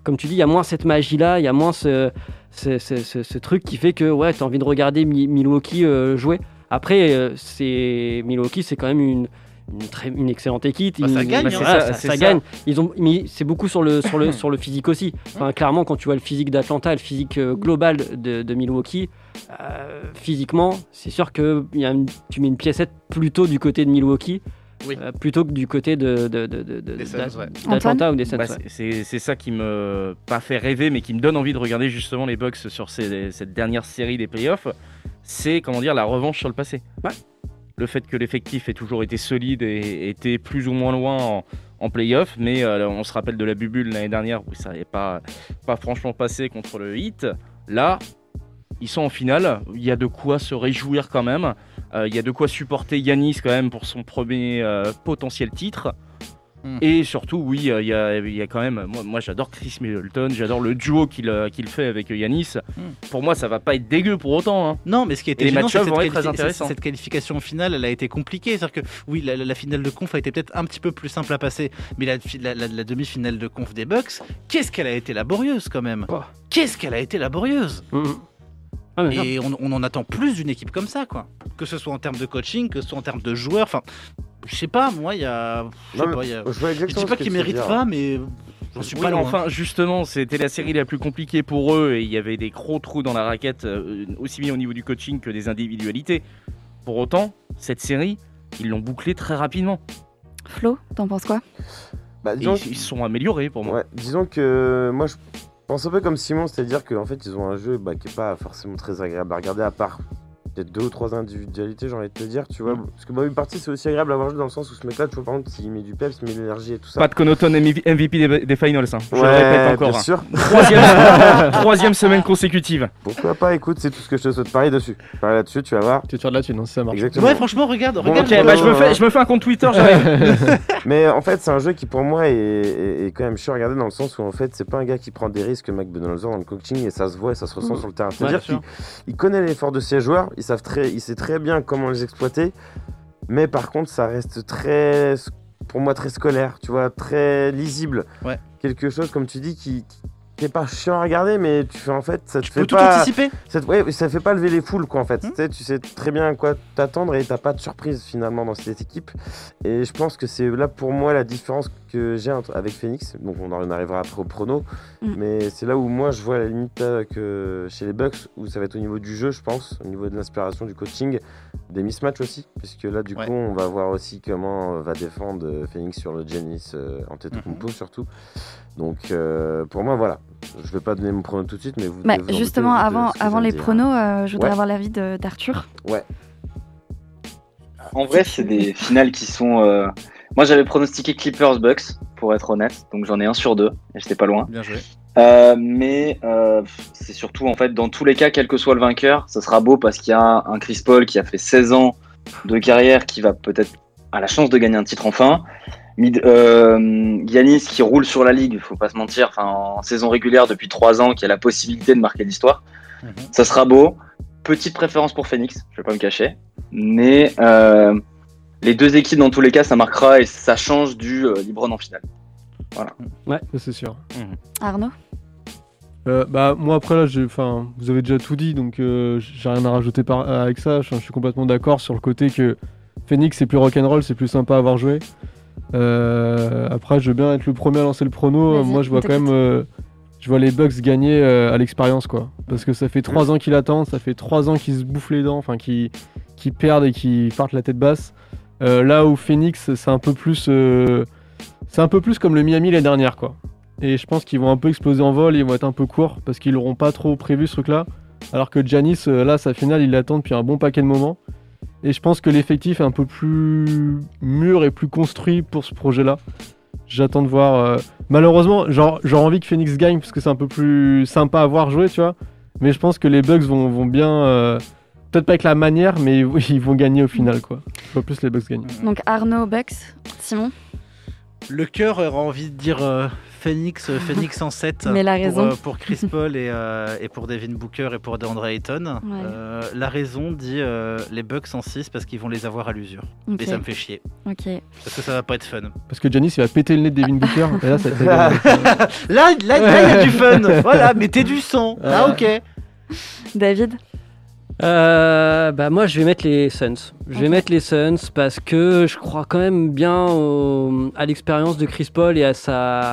H: comme tu dis, il y a moins cette magie-là, il y a moins ce, ce- ce- ce- ce truc qui fait que ouais, tu as envie de regarder Mi- Milwaukee euh, jouer. Après, euh, c'est Milwaukee, c'est quand même une. Une, très- une excellente équipe,
K: Bah, ça
H: une-
K: gagne,
H: bah,
K: hein.
H: c'est ça, ça-
K: C'est ça.
H: ça gagne. Ils ont mis, c'est beaucoup sur le sur le sur le physique aussi. Enfin, clairement, quand tu vois le physique d'Atlanta, et le physique euh, global de, de Milwaukee, euh, physiquement, c'est sûr que il y a une- tu mets une piécette plutôt du côté de Milwaukee. euh, plutôt que du côté de, de, de- de- de-
K: Suns,
H: d'A-
K: ouais.
H: d'Atlanta ou des Suns.
K: Bah,
H: ouais.
K: c'est- c'est c'est ça qui me pas fait rêver, mais qui me donne envie de regarder justement les Bucks sur ces- cette dernière série des playoffs. C'est comment dire la revanche sur le passé. Le fait que l'effectif ait toujours été solide et était plus ou moins loin en, en playoff, mais euh, on se rappelle de la bubule l'année dernière où ça n'avait pas, pas franchement passé contre le Heat. Là, ils sont en finale, il y a de quoi se réjouir quand même, Euh, il y a de quoi supporter Yanis quand même pour son premier euh, potentiel titre.
I: Mm.
K: Et surtout, oui, euh, il y a- il y, a quand même. Moi, moi j'adore Chris Middleton, j'adore le duo qu'il euh, qu'il fait avec Yanis. Pour moi, ça va pas être dégueu pour autant.
I: Hmm.
K: hein.
I: Non, mais ce qui
K: Les
I: gênant,
K: match
I: c'est que cette
K: vont être très
I: qualifi-
K: intéressants.
I: Cette qualification finale, elle a été compliquée. C'est-à-dire que oui, la, la- la finale de conf a été peut-être un petit peu plus simple à passer, mais la, fi- la- la- la demi-finale de conf des Bucks, qu'est-ce qu'elle a été laborieuse quand même Qu'est-ce qu'elle a été laborieuse
K: Mmh, Ah,
I: Et on, on en attend plus d'une équipe comme ça, quoi. Que ce soit en termes de coaching, que ce soit en termes de joueurs, enfin, je sais pas, moi, il y a. Je sais
K: Non, mais
I: pas, il y a-
K: je vois
I: je dis
K: exactement
I: pas
K: ce que
I: qu'ils
K: tu veux
I: méritent
K: dire.
I: pas, mais j'en suis pas
K: Oui,
I: loin.
K: Enfin, justement, c'était la série la plus compliquée pour eux et il y avait des gros trous dans la raquette, euh, aussi bien au niveau du coaching que des individualités. Pour autant, cette série, ils l'ont bouclée très rapidement.
G: Flo, t'en penses quoi
K: Et ils, ils se sont améliorés pour moi.
A: Ouais, disons que euh, moi je pense un peu comme Simon, c'est-à-dire qu'en fait ils ont un jeu bah, qui est pas forcément très agréable à regarder à part peut-être deux ou trois individualités, j'ai envie de te dire, tu vois.
K: Mm.
A: Parce que bah, une partie c'est aussi agréable à voir jouer dans le sens où ce mec-là, tu vois, par exemple, il met du peps, il met de l'énergie et tout ça.
K: Pas de Connaughton MVP des, des finals, hein. je le
A: Ouais,
K: répète encore.
A: bien
K: hein.
A: sûr.
K: Troisième, troisième semaine consécutive.
A: Pourquoi pas, écoute, c'est tout ce que je te souhaite. Pareil dessus. Pareil là-dessus, tu vas voir.
J: Tu es sûr de là-dessus, non, ça marche.
A: Exactement.
I: regarde,
A: Bon, ok, bah, je me fais- je me
K: fais un compte Twitter,
A: Mais en fait, c'est un jeu qui pour moi est, est- est quand même chiant à regarder dans le sens où en fait, c'est pas un gars qui prend des risques, Mac Budenholzer dans le coaching et ça se voit et ça se ressent
I: Mmh.
J: Mhm.
A: sur le terrain.
J: Ouais,
A: C'est-à-dire
J: bien sûr.
A: qu'il il connaît l'effort de ses joueurs, il, savent très, il sait très bien comment les exploiter, mais par contre, ça reste très, pour moi, très scolaire, tu vois, très lisible.
I: Ouais.
A: Quelque chose, comme tu dis, qui, qui- qui est pas chiant à regarder, mais tu fais en fait, ça te fait
I: peux tout
A: pas.
I: anticiper.
A: Ça, te- ouais, ça fait pas lever les foules, quoi, en fait. Tu sais, Tu sais très bien à quoi t'attendre et t'as pas de surprise, finalement, dans cette équipe. Et je pense que c'est là, pour moi, la différence que j'ai entre- avec Phoenix. Donc, on en arrivera après au prono. Mais c'est là où, moi, je vois la limite euh, que chez les Bucks, où ça va être au niveau du jeu, je pense, au niveau de l'inspiration, du coaching, des mismatchs aussi. Puisque là, du coup, on va voir aussi comment euh, va défendre euh, Phoenix sur le Janis en tête compo, surtout. Donc, euh, pour moi, voilà. Je vais pas donner mon prono tout de suite, mais vous
G: Bah,
A: devez en douter,
G: Justement,
A: vous, de
G: avant,
A: ce que je
G: avant
A: viens de
G: les
A: dire.
G: pronos, euh, je voudrais
A: Ouais.
G: avoir l'avis de- d'Arthur.
A: Ouais.
D: En vrai, c'est des finales qui sont. euh, Moi, j'avais pronostiqué Clippers Bucks, pour être honnête, donc j'en ai un sur deux, et j'étais pas loin.
I: Bien joué.
D: Euh, mais euh, pff, c'est surtout, en fait, dans tous les cas, quel que soit le vainqueur, ça sera beau parce qu'il y a un Chris Paul qui a fait 16 ans de carrière, qui va peut-être à la chance de gagner un titre enfin. Mid- euh, Yanis qui roule sur la ligue, faut pas se mentir, enfin, en saison régulière depuis 3 ans, qui a la possibilité de marquer l'histoire. Ça sera beau. Petite préférence pour Phoenix, je vais pas me cacher. Mais euh, les deux équipes, dans tous les cas, ça marquera et ça change du euh, LeBron en finale. Voilà.
J: Ouais, ça, c'est sûr.
H: Mhm.
G: Arnaud
J: Euh, bah moi après là j'ai enfin vous avez déjà tout dit donc euh, j'ai rien à rajouter par, euh, avec ça je, je suis complètement d'accord sur le côté que Phoenix c'est plus rock'n'roll c'est plus sympa à avoir joué Euh, après je veux bien être le premier à lancer le prono
L: Vas-y,
J: moi je vois
L: on
J: quand même euh, je vois les Bucks gagner euh, à l'expérience quoi parce que ça fait trois ans qu'ils attendent ça fait trois ans qu'ils se bouffent les dents enfin qu'ils qu'ils perdent et qu'ils partent la tête basse Euh, là où Phoenix c'est un peu plus euh, c'est un peu plus comme le Miami l'année dernière, quoi. Et je pense qu'ils vont un peu exploser en vol, ils vont être un peu courts parce qu'ils l'auront pas trop prévu ce truc-là. Alors que Janis, euh, là, sa finale, il l'attend depuis un bon paquet de moments. Et je pense que l'effectif est un peu plus mûr et plus construit pour ce projet-là. J'attends de voir. euh, Malheureusement, genre- j'aurais envie que Phoenix gagne parce que c'est un peu plus sympa à voir jouer, tu vois. Mais je pense que les Bucks vont, vont bien. euh, Peut-être pas avec la manière, mais ils ils vont gagner au final, quoi. Je vois plus les
H: Mhm.
J: Bucks gagner.
G: Donc Arnaud, Bucks, Simon
I: Le cœur aura envie de dire euh, Phoenix, euh, Phoenix en 7
G: Mais la
I: pour, euh,
G: raison.
I: pour Chris Paul et, euh, et pour Devin Booker et pour DeAndre Ayton.
G: Ouais.
I: Euh, la raison dit euh, les Bucks en 6 parce qu'ils vont les avoir à l'usure.
G: Ok.
I: Et ça me fait chier.
G: Ok.
I: Parce que ça va pas être fun.
J: Parce que Janice, il va péter le nez de Devin Booker. et là, ça te fait mal.
I: Là, il y a du fun. Voilà, mettez du sang. Ah, ok.
G: David
H: Euh, bah moi je vais mettre les Suns. Je vais mettre les Suns parce que je crois quand même bien au- à l'expérience de Chris Paul et à sa,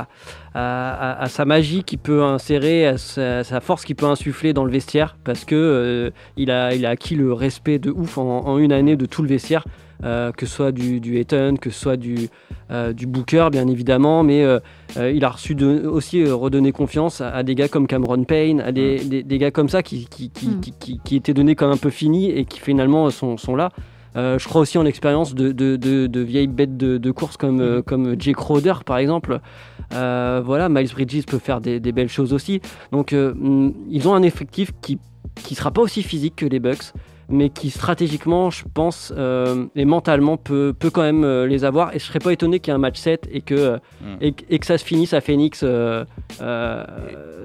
H: à, à- à sa magie qu'il peut insérer, à sa, à sa force qu'il peut insuffler dans le vestiaire parce que euh, il, a, il a acquis le respect de ouf en, en une année de tout le vestiaire. euh, que ce soit du, du Ayton, que ce soit du, euh, du Booker, bien évidemment, mais euh, euh, il a reçu de- aussi euh, redonner confiance à, à des gars comme Cameron Payne, à des, des- des gars comme ça qui, qui, qui-
G: Mm.
H: qui- qui- qui étaient donnés comme un peu finis et qui finalement euh, sont, sont là. Euh, je crois aussi en l'expérience de, de- de- de vieilles bêtes de, de course comme, euh, comme Jake Crowder par exemple. Euh, voilà, Miles Bridges peut faire des, des belles choses aussi. Donc euh, mm, ils ont un effectif qui qui sera pas aussi physique que les Bucks, mais qui stratégiquement, je pense, euh, et mentalement peut, peut quand même euh, les avoir. Et je serais pas étonné qu'il y ait un match 7 et que, euh,
I: Hmm.
H: et, que- et que ça se finisse à Phoenix euh, euh,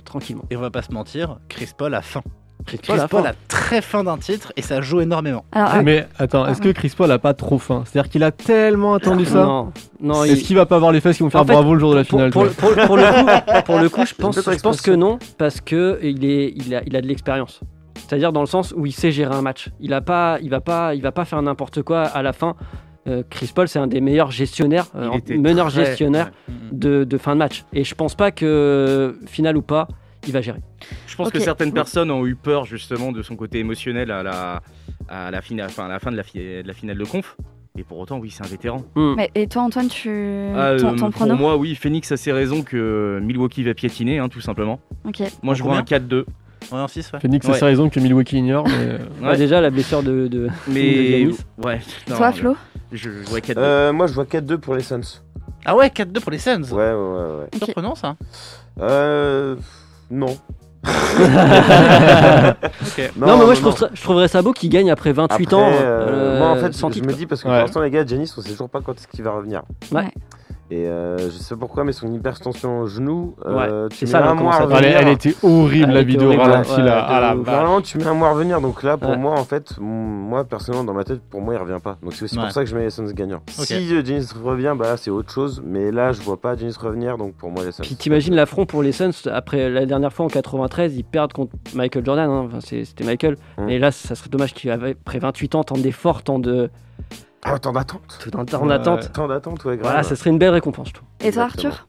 H: tranquillement.
I: Et on va pas se mentir, Chris Paul a faim. Chris
H: Paul a Ah,
I: Paul
H: faim.
I: a très faim d'un titre et ça joue énormément.
G: euh,
J: mais attends, est-ce que Chris Paul a pas trop faim C'est-à-dire qu'il a tellement attendu ça
H: Non, non,
J: Est-ce
H: il-
J: qu'il va pas avoir les fesses qui vont faire
H: En fait,
J: bravo le jour de la
H: pour-
J: finale
H: Pour,
J: toi
H: pour- pour le coup, pour le coup, je pense,
J: Peut-être
H: je pense que non, parce que il est, il a, il a de l'expérience. C'est-à-dire dans le sens où il sait gérer un match. Il a pas, il va pas, il va pas faire n'importe quoi à la fin. Euh, Chris Paul, c'est un des meilleurs gestionnaires, euh,
K: était
H: meneurs
K: très- Mm-hmm.
H: gestionnaires de, de fin de match. Et je pense pas que finale ou pas, il va gérer.
K: Je pense que certaines personnes ont eu peur justement de son côté émotionnel à la, à la, fina- enfin, à la fin de la, fi- de la finale de conf. Et pour autant, oui, c'est un vétéran.
G: Mais- Et toi, Antoine, tu.
K: Hmm. Ah,
G: ton,
K: euh,
G: ton
K: pour
G: prono
K: moi, oui, Phoenix a ses raisons que Milwaukee va piétiner, hein, tout simplement.
G: Ok.
K: Moi, je vois un 4-2.
I: Ouais, en 6, ouais.
J: Phoenix, c'est
K: Ouais.
J: sa raison que Milwaukee ignore. Mais...
H: Ouais, Bah, déjà, la blessure de. de
K: Mais.
H: de Giannis.
K: ouais.
G: Toi, Flo
K: Je, je vois 4-2.
A: Euh, moi, je vois 4-2 pour les Suns.
I: Ah ouais, 4-2 pour les Suns
A: Ouais, ouais, ouais. ouais.
I: Surprenant ça.
A: Euh. Non.
H: Non, mais moi je, trouve ça- je trouverais ça beau qu'il gagne après 28
A: Après,
H: ans.
A: euh,
H: euh,
A: moi, en fait,
H: sans
A: je- je
H: titre,
A: me
H: quoi.
A: dis parce que pour l'instant, les gars, Janis, on sait toujours pas quand est-ce qu'il va revenir.
H: Ouais.
A: Et euh, je sais pas pourquoi, mais son hypertension au genou, euh,
H: Ouais,
A: tu
H: c'est
A: mets
H: ça, là,
A: un
H: comment
A: mois
H: ça
A: à
H: va.
A: revenir.
J: Elle- elle était horrible, la Elle était vidéo horrible, ralentie, ouais, là. ouais, Ah, de la ouf. vache.
A: Normalement, tu mets un mois à revenir. Donc là, pour
J: Ouais.
A: moi, en fait, m- moi, personnellement, dans ma tête, pour moi, il revient pas. Donc c'est aussi
J: Ouais.
A: pour ça que je mets les Suns gagnants.
J: Ok.
A: Si euh, Giannis revient, bah là, c'est autre chose. Mais là, je vois pas Janis revenir. Donc pour moi, les Suns.
H: Puis t'imagines l'affront pour les Suns après la dernière fois en 93, ils perdent contre Michael Jordan. hein. Enfin, c'est- c'était Michael.
A: Mm.
H: Et là, ça serait dommage qu'il avait après 28 ans tant d'efforts, tant de
A: Ah, tant d'attente.
H: tout un temps
A: Ouais.
H: d'attente.
A: Tant d'attente, ouais, grave.
H: Voilà, ça serait une belle récompense, je trouve.
G: Et toi, Arthur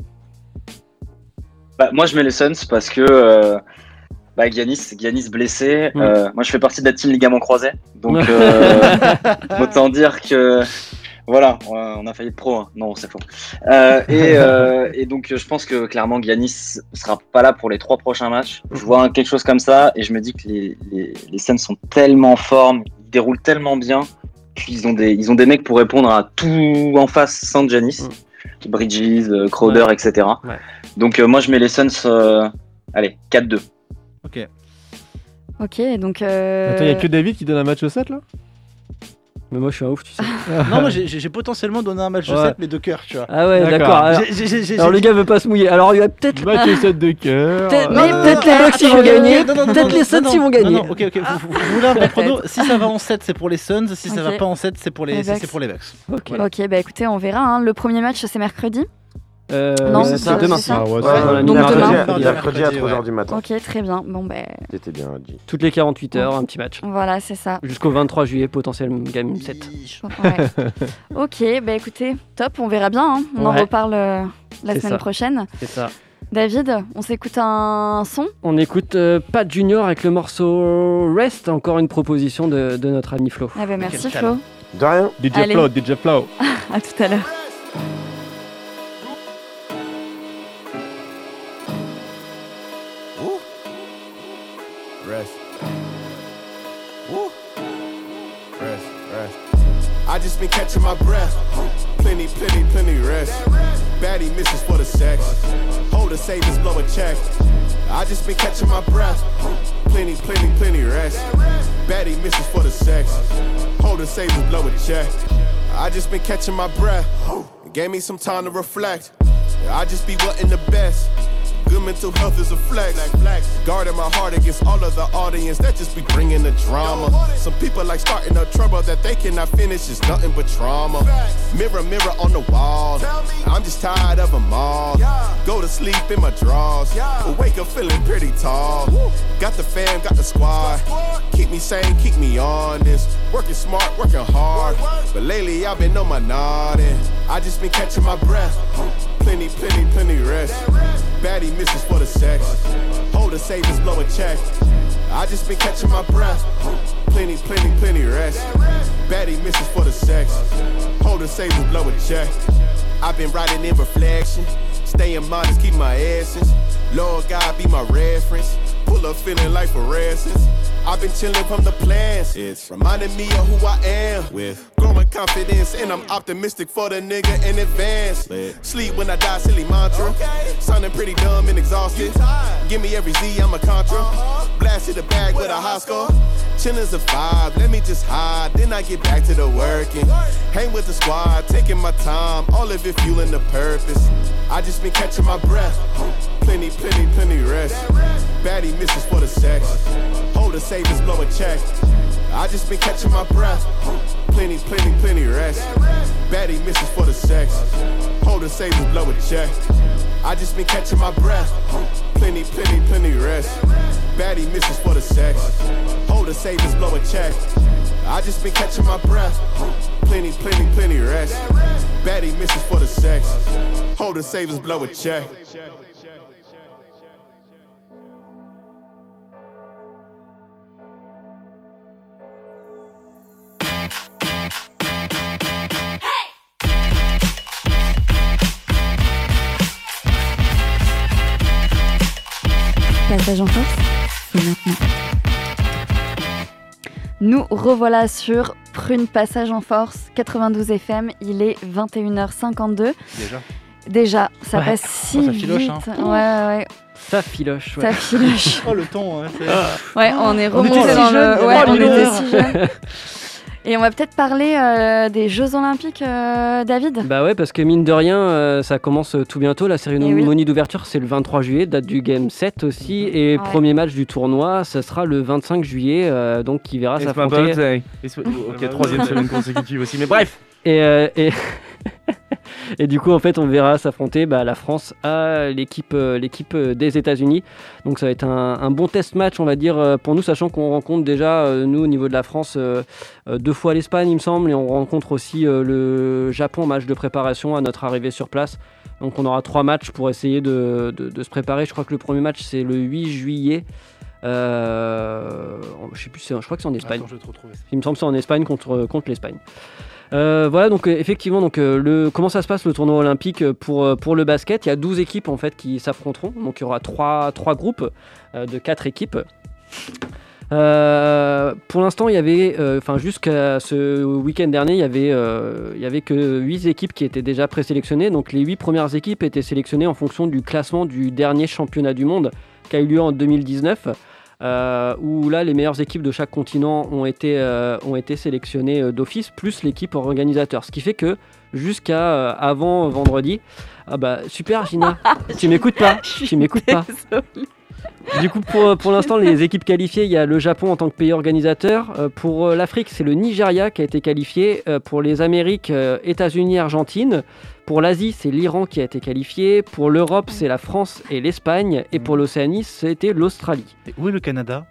D: Bah, moi, je mets les Suns parce que euh, bah, Giannis, Giannis blessé.
H: Mm.
D: euh, moi, je fais partie de la team ligament croisé. Donc, euh, autant dire que. Voilà, on a- on a failli être pro. hein. Non, c'est faux. Euh, et, euh, et donc, euh, je pense que clairement, Giannis sera pas là pour les trois prochains matchs. Je vois un- quelque chose comme ça et je me dis que les, les, les Suns sont tellement en forme, ils déroulent tellement bien. Puis ils ont des, ils ont des mecs pour répondre à tout en face sans Giannis. Bridges, euh, Crowder,
K: Ouais.
D: etc.
K: Ouais.
D: Donc euh, moi je mets les Suns, euh, allez, 4-2.
I: Ok.
G: Ok, donc. euh,
J: Attends, il y a que David qui donne un match au 7 là
H: Mais moi je suis un ouf, tu sais.
I: non, moi j'ai- j'ai j'ai potentiellement donné un match de
J: Ouais.
I: 7, mais de cœur, tu vois.
H: Ah ouais, d'accord. Alors,
I: J'ai- j'ai- j'ai- j'ai-
H: alors le
I: j'ai-
H: gars veut pas se mouiller. Alors il y a peut-être.
J: Match au 7 de cœur.
H: Peut-être-
J: euh,
H: mais peut-être
G: Ah,
H: les Bucks ils vont gagner. Peut-être les Suns ils vont gagner. Ah,
I: Non, non, ok, ok. Vous, vous- vous voulez un bon prono Si ça va en 7, c'est pour les Suns. Si ça
G: Ok.
I: va pas en 7, c'est pour les,
G: Les
I: c'est
G: Bucks.
I: c'est pour les Bucks.
H: Ok.
G: Ok, bah écoutez, on verra. hein. Le premier match, c'est mercredi.
H: Euh,
G: Non,
H: c'est
G: c'est ça,
H: demain.
G: c'est ça. Ah
A: Ouais,
G: ouais,
H: Dans la nuit.
A: donc mercredi,
H: Mercredi,
A: mercredi,
H: mercredi.
A: à 3h du matin.
G: Ok, très bien. Bon, ben
A: C'était bien, G.
H: Toutes les 48 heures, un petit match.
G: voilà, c'est ça.
H: Jusqu'au 23 juillet, potentiel game 7.
G: Ouais. Ok, bah écoutez, top, on verra bien. hein. On en
H: Ouais.
G: reparle euh, la
H: C'est
G: semaine
H: ça.
G: prochaine.
H: C'est ça.
G: David, on s'écoute un son
H: On écoute euh, Pat Junior avec le morceau Rest, encore une proposition de, de notre ami Flo.
G: Ah bah merci Flo.
A: De rien.
J: DJ
G: Allez.
J: Flo, DJ Flo.
G: à tout à l'heure.
N: Woo. Rest. Woo. Rest, rest. I just been catching my breath. Plenty, plenty, plenty rest. Baddie misses for the sex. Hold a savings, blow a check. I just been catching my breath. Plenty, plenty, plenty rest. Baddie misses for the sex. Hold a savings, blow a check. I just been catching my breath. Gave me some time to reflect. I just be wanting the best. Good mental health is a flex. Guarding my heart against all of the audience that just be bringing the drama. Some people like starting a trouble that they cannot finish is nothing but trauma. Mirror, mirror on the wall. I'm just tired of them all. Go to sleep in my drawers. But wake up feeling pretty tall. Got the fam, got the squad. Keep me sane, keep me honest. Working smart, working hard. But lately I've been on my nodding. I just been catching my breath. Plenty, plenty, plenty rest. Baddie misses for the sex. Hold a savings, blow a check. I just been catching my breath. Plenty, plenty, plenty rest. Baddie misses for the sex. Hold a savings, blow a check. I've been riding in reflection. Staying modest, keep my essence. Lord God be my reference. Pull up feeling like Ferrasis. I've been chilling from the plans. It's reminding me of who I am. With growing confidence, and I'm optimistic for the nigga in advance. Sleep when I die, silly mantra. Sounding pretty dumb and exhausted. Give me every Z, I'm a contra. Blasted a bag Uh-huh. with a high score. Chillin's a vibe, let me just hide. Then I get back to the working. Hang with the squad, taking my time. All of it fueling the purpose. I just been catching my breath. Plenty, plenty, plenty rest. Baddie misses for the sex. Hold a savings, blow a check. I just been catching my breath. Plenty, plenty, plenty rest. Baddie misses for the sex. Hold a savings, blow a check. I just been catching my breath. Plenty, plenty, plenty rest. Baddie misses for the sex. Hold a savings, blow a check. I just been catching my breath. Plenty, plenty, plenty rest. Baddie misses for the sex. Hold a savings, blow a check.
G: Passage en force, c'est maintenant. Nous revoilà sur Prune Passage en force, 92 FM, il est 21h52.
K: Déjà.
G: Déjà, ça
H: Ouais.
G: passe
H: Oh,
G: si
H: ça filoche,
G: vite.
H: hein.
G: Ouais, ouais, ouais.
H: Ça filoche. ouais.
G: Ça filoche.
I: Oh, le temps, hein,
H: Ah.
I: c'est-
G: Ouais, on est
I: On était
G: remonté
I: si
G: dans
I: jeunes,
G: le. Ouais,
I: oh,
G: on
I: l'horreur.
G: était si jeunes. Et on va peut-être parler euh, des Jeux Olympiques, euh, David
H: Bah ouais, parce que mine de rien, euh, ça commence euh, tout bientôt. La
G: Eh
H: cérémonie d'ouverture, c'est le 23 juillet, date du Game 7 aussi. Et
G: Ouais.
H: premier match du tournoi, ça sera le 25 juillet, euh, donc qui verra
K: It's my
H: s'affronter.
K: birthday. It's- euh,
H: Oh,
K: ok, troisième semaine consécutive aussi, mais bref.
H: Et, euh, et... et du coup, en fait, on verra s'affronter bah, la France à l'équipe euh, l'équipe euh, des États-Unis. Donc ça va être un, un bon test match, on va dire, euh, pour nous, sachant qu'on rencontre déjà, euh, nous, au niveau de la France, euh, euh, deux fois l'Espagne, il me semble, et on rencontre aussi euh, le Japon, en match de préparation à notre arrivée sur place. Donc on aura trois matchs pour essayer de, de- de se préparer. Je crois que le premier match, c'est le 8 juillet. Euh, je sais plus, c'est- je crois que c'est en Espagne.
I: Attends, je vais te retrouver.
H: Il me semble que c'est en Espagne contre, contre l'Espagne. Euh, voilà, donc euh, effectivement, donc, euh, le, comment ça se passe le tournoi olympique euh, pour, euh, pour le basket Il y a 12 équipes en fait qui s'affronteront. Donc il y aura 3, groupes euh, de 4 équipes. Euh, pour l'instant, il y avait, euh, enfin jusqu'à ce week-end dernier, il y avait, euh, il y avait que 8 équipes qui étaient déjà présélectionnées. Donc les 8 premières équipes étaient sélectionnées en fonction du classement du dernier championnat du monde qui a eu lieu en 2019. euh, où là, les meilleures équipes de chaque continent ont été, euh, ont été sélectionnées euh, d'office, plus l'équipe organisateur. Ce qui fait que jusqu'à euh, avant vendredi, ah bah super Gina, tu m'écoutes pas, tu m'écoutes pas. Du coup, pour, pour l'instant, les équipes qualifiées, il y a le Japon en tant que pays organisateur. Euh, pour euh, l'Afrique, c'est le Nigeria qui a été qualifié. Euh, pour les Amériques, euh, États-Unis, Argentine. Pour l'Asie, c'est l'Iran qui a été qualifié. Pour l'Europe, c'est la France et l'Espagne. Et pour l'Océanie, c'était l'Australie. Où est le Canada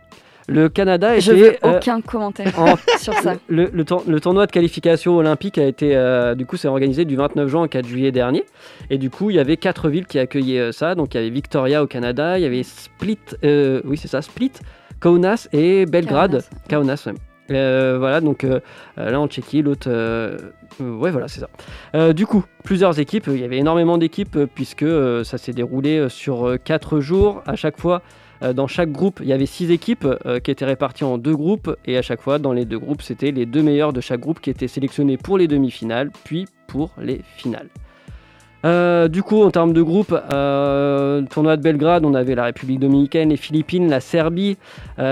H: Le Canada était...
G: Je veux
H: euh,
G: aucun commentaire
H: en-
G: sur ça.
H: le, le tour- le tournoi de qualification olympique a été, euh, du coup, c'est organisé du 29 juin au 4 juillet dernier. Et du coup, il y avait quatre villes qui accueillaient euh, ça. Donc, il y avait Victoria au Canada, il y avait Split, euh, oui, c'est ça, Split, Kaunas et Belgrade. Kaunas, ouais. Euh, voilà, donc euh, euh, l'un en Tchéquie, l'autre. euh, euh, ouais, voilà, c'est ça. Euh, du coup, plusieurs équipes. Il y avait énormément d'équipes euh, puisque euh, ça s'est déroulé euh, sur euh, quatre jours. À chaque fois, euh, dans chaque groupe, il y avait six équipes euh, qui étaient réparties en deux groupes. Et à chaque fois, dans les deux groupes, c'était les deux meilleurs de chaque groupe qui étaient sélectionnés pour les demi-finales, puis pour les finales. Euh, du coup, en termes de groupe, euh, tournoi de Belgrade, on avait la République dominicaine, les Philippines, la Serbie,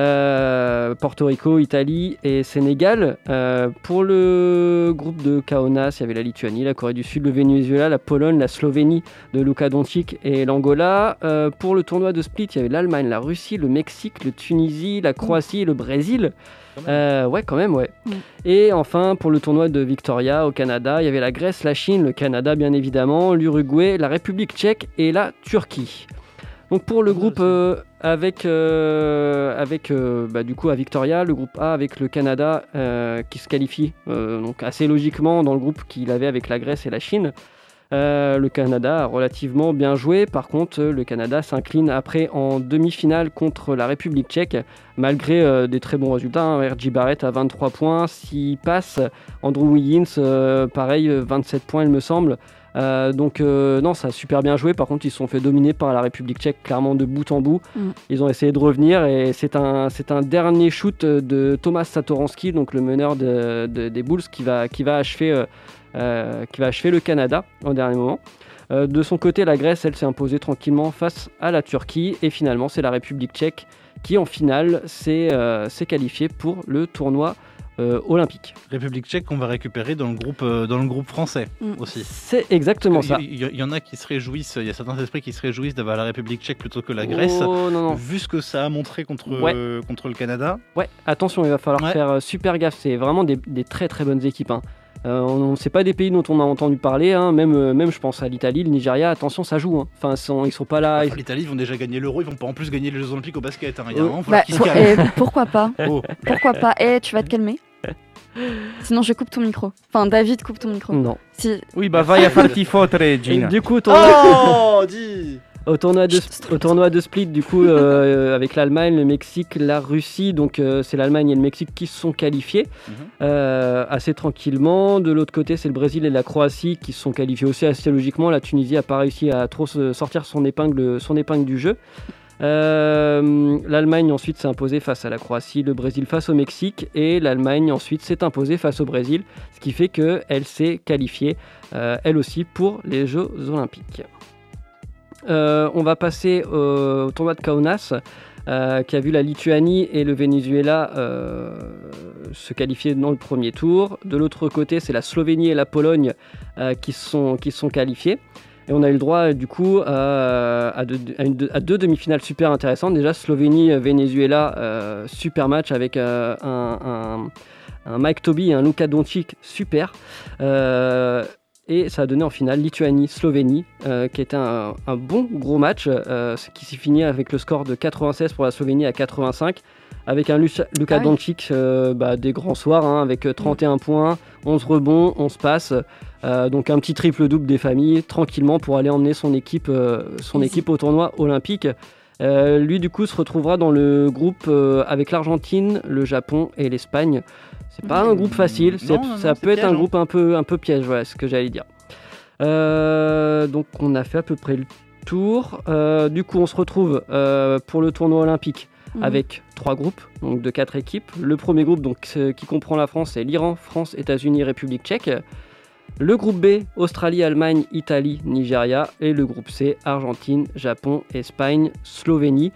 H: euh, Porto Rico, Italie et Sénégal. Euh, pour le groupe de Kaunas, il y avait la Lituanie, la Corée du Sud, le Venezuela, la Pologne, la Slovénie de Luka Doncic et l'Angola. Euh, pour le tournoi de Split, il y avait l'Allemagne, la Russie, le Mexique, le Tunisie, la Croatie et le Brésil. Euh, ouais, quand même, ouais. Et enfin, pour le tournoi de Victoria au Canada, il y avait la Grèce, la Chine, le Canada, bien évidemment, l'Uruguay, la République tchèque et la Turquie. Donc pour le groupe euh, avec, euh, avec euh, bah, du coup à Victoria, le groupe A avec le Canada euh, qui se qualifie euh, donc assez logiquement dans le groupe qu'il avait avec la Grèce et la Chine. Euh, le Canada a relativement bien joué. Par contre, euh, le Canada s'incline après en demi-finale contre la République tchèque, malgré euh, des très bons résultats. hein. RJ Barrett à 23 points, s'il passe. Andrew Wiggins, euh, pareil, euh, 27 points, il me semble. Euh, donc, euh, non, ça a super bien joué. Par contre, ils se sont fait dominer par la République tchèque, clairement de bout en bout.
G: Mm.
H: Ils ont essayé de revenir et c'est un, c'est un dernier shoot euh, de Thomas Satoransky, donc le meneur de- de- des Bulls, qui va, qui, va achever, euh, euh, qui va achever le Canada en dernier moment. Euh, de son côté, la Grèce, elle s'est imposée tranquillement face à la Turquie et finalement, c'est la République tchèque qui, en finale, s'est euh, s'est qualifiée pour le tournoi euh, olympique.
I: République tchèque qu'on va récupérer dans le groupe, euh, dans le groupe français
H: Mm.
I: aussi.
H: C'est exactement
I: Parce que
H: ça.
I: Il il y, en a qui se réjouissent, il y a certains esprits qui se réjouissent d'avoir la République tchèque plutôt que la Grèce.
H: Oh, non, non.
I: Vu ce que ça a montré contre,
H: Ouais.
I: euh, contre le Canada.
H: Ouais, attention, il va falloir
I: Ouais.
H: faire euh, super gaffe. C'est vraiment des, des très très bonnes équipes. hein. Euh, on ne sait pas des pays dont on a entendu parler. hein. Même, euh, même je pense à l'Italie, le Nigeria. Attention, ça joue. hein. Enfin, ils sont- ils sont pas là. ils-
I: L'Italie, ils vont déjà gagner l'euro, ils vont pas en plus gagner les Jeux Olympiques au basket. hein. Il y a un
H: Oh.
I: moment, faut
G: Bah,
I: qu'ils se
G: pour-
I: calment.
G: eh, pourquoi pas
I: Oh.
G: Pourquoi pas Eh, tu vas te calmer. Sinon, je coupe ton micro. Enfin, David coupe ton micro.
H: Non.
G: Si.
K: Oui, bah va y a farti fottre, Gina.
H: Et du coup, ton-
I: Oh, dis
H: Au tournoi, de, au tournoi de Split, du coup, euh, avec l'Allemagne, le Mexique, la Russie, donc euh, c'est l'Allemagne et le Mexique qui se sont qualifiés euh, assez tranquillement. De l'autre côté, c'est le Brésil et la Croatie qui se sont qualifiés aussi assez logiquement. La Tunisie n'a pas réussi à trop se- sortir son épingle, son épingle du jeu. Euh, L'Allemagne ensuite s'est imposée face à la Croatie, le Brésil face au Mexique et l'Allemagne ensuite s'est imposée face au Brésil, ce qui fait qu'elle s'est qualifiée euh, elle aussi pour les Jeux Olympiques. Euh, on va passer au, au tournoi de Kaunas, euh, qui a vu la Lituanie et le Venezuela euh, se qualifier dans le premier tour. De l'autre côté, c'est la Slovénie et la Pologne euh, qui se sont, qui se sont qualifiées. Et on a eu le droit, euh, du coup, à, à deux, à une- à deux demi-finales super intéressantes. Déjà, Slovénie-Venezuela, euh, super match avec euh, un- un, un Mike Toby et un Luka Doncic, super. Euh, et ça a donné en finale Lituanie-Slovénie, euh, qui était un, un bon gros match, euh, ce qui s'est fini avec le score de 96 pour la Slovénie à 85, avec un Lucha- Luka
K: Ah oui.
H: Doncic euh, bah, des grands soirs, hein, avec euh,
K: Mm.
H: 31 points, 11 rebonds, 11 passes. euh, donc un petit triple-double des familles, tranquillement pour aller emmener son équipe, euh, son
K: Easy.
H: équipe au tournoi olympique. Euh, lui, du coup, se retrouvera dans le groupe euh, avec l'Argentine, le Japon et l'Espagne. C'est pas un groupe facile, c'est-
K: Mm. non, non,
H: ça
K: c'est
H: peut être
K: piège,
H: un
K: hein.
H: groupe un peu, un peu piège, voilà ce que j'allais dire. Euh, donc, on a fait à peu près le tour. Euh, du coup, on se retrouve euh, pour le tournoi olympique
K: Mhm.
H: avec trois groupes, donc de quatre équipes. Le premier groupe, donc, ce- qui comprend la France, c'est l'Iran, France, États-Unis, République tchèque. Le groupe B, Australie, Allemagne, Italie, Nigeria. Et le groupe C, Argentine, Japon, Espagne, Slovénie.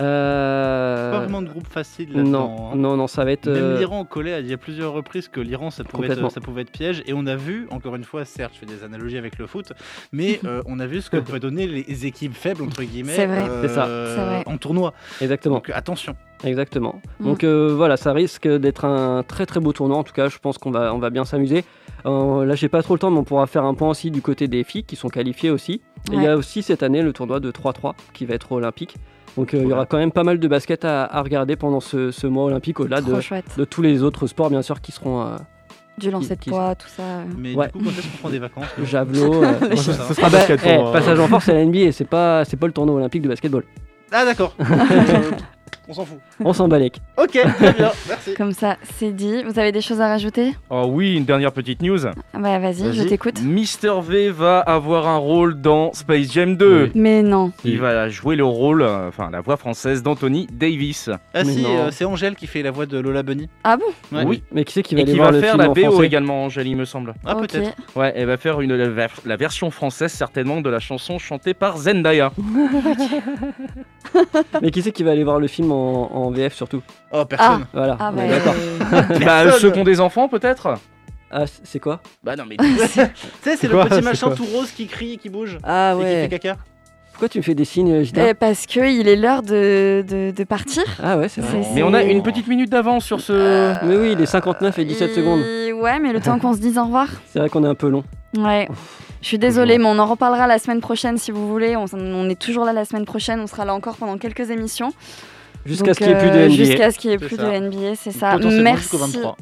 H: Euh,
I: Pas vraiment de groupe facile là-dedans,
H: Non,
I: hein.
H: non, non, ça va être.
I: Même
H: euh,
I: l'Iran collait à- il y a plusieurs reprises que l'Iran ça pouvait,
H: Complètement.
I: être, ça pouvait être piège et on a vu encore une fois certes je fais des analogies avec le foot mais euh, on a vu ce que peuvent donner les équipes faibles entre guillemets
H: C'est vrai.
I: euh,
H: C'est ça. C'est vrai.
I: en tournoi
H: Exactement.
I: donc attention
H: Exactement.
I: Mm.
H: Donc euh, voilà, ça risque d'être un très très beau tournoi. En tout cas, je pense qu'on va, on va bien s'amuser. Euh, là, j'ai pas trop le temps, mais on pourra faire un point aussi du côté des filles qui sont qualifiées aussi. Et il y a aussi cette année le tournoi de 3-3 qui va être olympique. Donc euh, il y aura quand même pas mal de basket à, à regarder pendant ce, ce mois olympique, au-delà
G: Trop
H: de,
G: chouette.
H: de tous les autres sports, bien sûr, qui seront. euh,
G: Du lancer de
H: qui-
G: poids, tout ça. euh.
I: mais
H: Ouais.
I: du coup quand est-ce qu'on prend des vacances nous
H: Javelot. euh,
I: Moi, ça, ça
H: Ah
I: sera
H: bah,
I: basket pour
H: eh,
K: euh.
I: moi.
H: Passage en force, c'est la NBA, c'est pas, c'est pas le tournoi olympique de basketball.
I: ah d'accord Ah, On s'en fout.
H: Euh, On s'en balèque.
I: Ok, très bien, merci.
G: Comme ça, c'est dit. Vous avez des choses à rajouter
K: Oh oui, une dernière petite news.
G: Ah Bah vas-y, je t'écoute.
K: Mister V va avoir un rôle dans Space Jam 2.
G: Mais non.
K: Il va jouer le rôle, euh, enfin la voix française d'Anthony Davis.
I: Ah si, euh, c'est Angèle qui fait la voix de Lola Bunny.
G: Ah bon
K: Oui.
H: Mais qui c'est qui
K: Et
H: va aller
K: qui
H: voir
K: va
H: le
K: faire
H: film
K: la
H: en
K: BO
H: français
K: également, Angèle, il me semble.
I: Ah, Ok. peut-être.
K: Ouais, elle va faire une, la, ver- la version française certainement de la chanson chantée par Zendaya.
H: Mais qui c'est qui va aller voir le film en, en VF surtout
I: Oh,
K: personne. Ah.
H: Voilà,
K: Ah,
H: on est
K: bah,
H: d'accord.
K: euh, Bah, Personne. ceux qui ont des enfants peut-être
H: Ah, c- c'est quoi
K: Bah non, mais.
I: tu sais, c'est le
H: quoi,
I: petit
H: c'est
I: machin
H: quoi
I: tout rose qui crie, qui bouge.
H: Ah
I: Et
H: ouais.
I: qui fait caca.
H: Pourquoi tu me fais des signes, euh, Gita
G: Eh, parce que il est l'heure de, de, de partir.
H: Ah ouais, c'est vrai.
G: c'est- Mais on a une
K: petite minute d'avance sur ce.
H: Mais oui, il est 59 et 17 secondes.
G: Et Ouais, mais le temps qu'on se dise au revoir.
H: C'est vrai qu'on est un peu long.
G: Ouais. Je suis désolée, mais on en reparlera la semaine prochaine si vous voulez. On, s'en- on est toujours là la semaine prochaine. On sera là encore pendant quelques émissions.
H: Jusqu'à ce
G: Donc, euh,
H: qu'il y ait plus de NBA.
G: Jusqu'à ce qu'il n'y ait
H: C'est
G: plus
H: ça.
G: de NBA, c'est ça.
H: Potentiellement
G: Merci.
H: jusqu'au 23.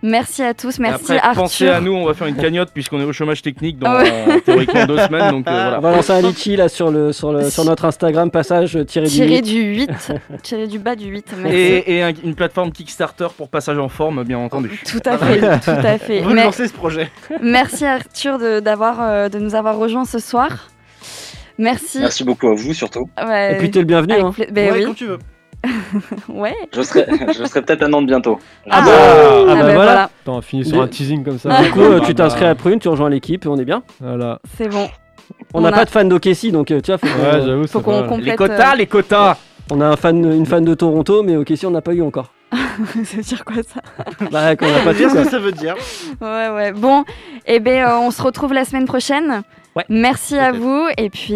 G: Merci à tous. Merci
K: Après,
G: Arthur.
K: pensez à nous, on va faire une cagnotte puisqu'on est au chômage technique dans
G: Ah ouais.
K: théoriquement deux semaines. Donc, euh, voilà.
H: On va lancer un litchi là sur, le, sur, le, sur notre Instagram, passage euh, tiré du
G: Tiré
H: huit.
G: du 8. Tiré du bas du 8. Merci.
K: Et, et un- une plateforme Kickstarter pour passage en forme, bien entendu.
G: Tout à fait, tout à fait.
K: Vous
G: Mais-
K: lancez ce projet.
G: Merci Arthur de, d'avoir, euh, de nous avoir rejoints ce soir. Merci.
D: Merci beaucoup à vous surtout.
G: Ouais.
D: Et puis, t'es le
H: bienvenu,
G: Avec
H: hein.
G: pla- ben
D: Ouais,
G: oui.
D: quand
I: tu veux.
G: ouais.
D: Je serai, je serai peut-être à Nantes bientôt.
G: Ah,
H: Ah,
G: bah,
H: bah,
G: voilà.
H: voilà.
J: Attends, on finit sur
H: Du-
J: un teasing comme ça.
H: Du coup, euh, tu t'inscris à Prune, tu rejoins l'équipe et on est bien.
J: Voilà.
G: C'est bon.
H: On n'a pas de fan d'Okessi, donc euh, tu vois, faut qu'on-
J: Ouais, j'avoue, Faut c'est qu'on pas mal. complète, Les quotas, euh,
H: les quotas. On a un fan, une fan de Toronto, mais Okessi, on n'a pas eu encore.
G: ça veut dire quoi ça
H: Bah, qu'on n'a pas de
I: Dire ce
H: quoi.
I: que ça veut dire.
G: Ouais, ouais. Bon, eh ben, euh, on se retrouve la semaine prochaine. Merci à vous et puis.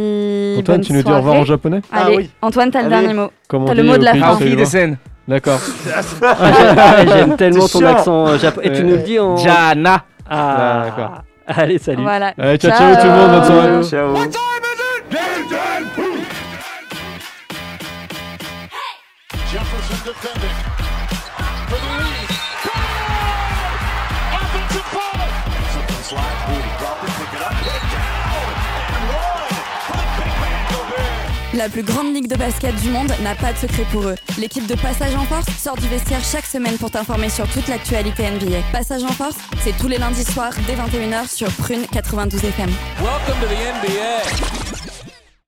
J: Antoine,
G: bonne
J: tu nous dis au
G: soirée.
J: revoir en japonais
G: Allez,
J: Ah oui.
G: Antoine, t'as le
J: Allez.
G: dernier mot.
J: Comment
G: t'as
J: on
G: le
J: dit
G: mot de
J: au
G: la
J: pays,
G: fin.
J: c'est le mot. D'accord.
H: Ah, J'aime tellement
J: C'est
H: ton
J: chiant.
H: accent euh, japonais. Et tu nous le dis en.
K: Jana.
H: Ah,
J: d'accord.
H: Allez, salut.
G: Voilà.
J: Allez, ciao, ciao, tout le monde, bonne soirée.
A: Ciao.
E: Jefferson defending. For the lead. Goal! Offensive foul!
C: Slide, Rudy Crawford, pick it up, lay it down, and run for the big man Gobert.
O: La plus grande ligue de basket du monde n'a pas de secret pour eux. L'équipe de Passage en Force sort du vestiaire chaque semaine pour t'informer sur toute l'actualité NBA. Passage en Force, c'est tous les lundis soirs dès 21h sur Prune 92 FM.
F: Welcome to the NBA.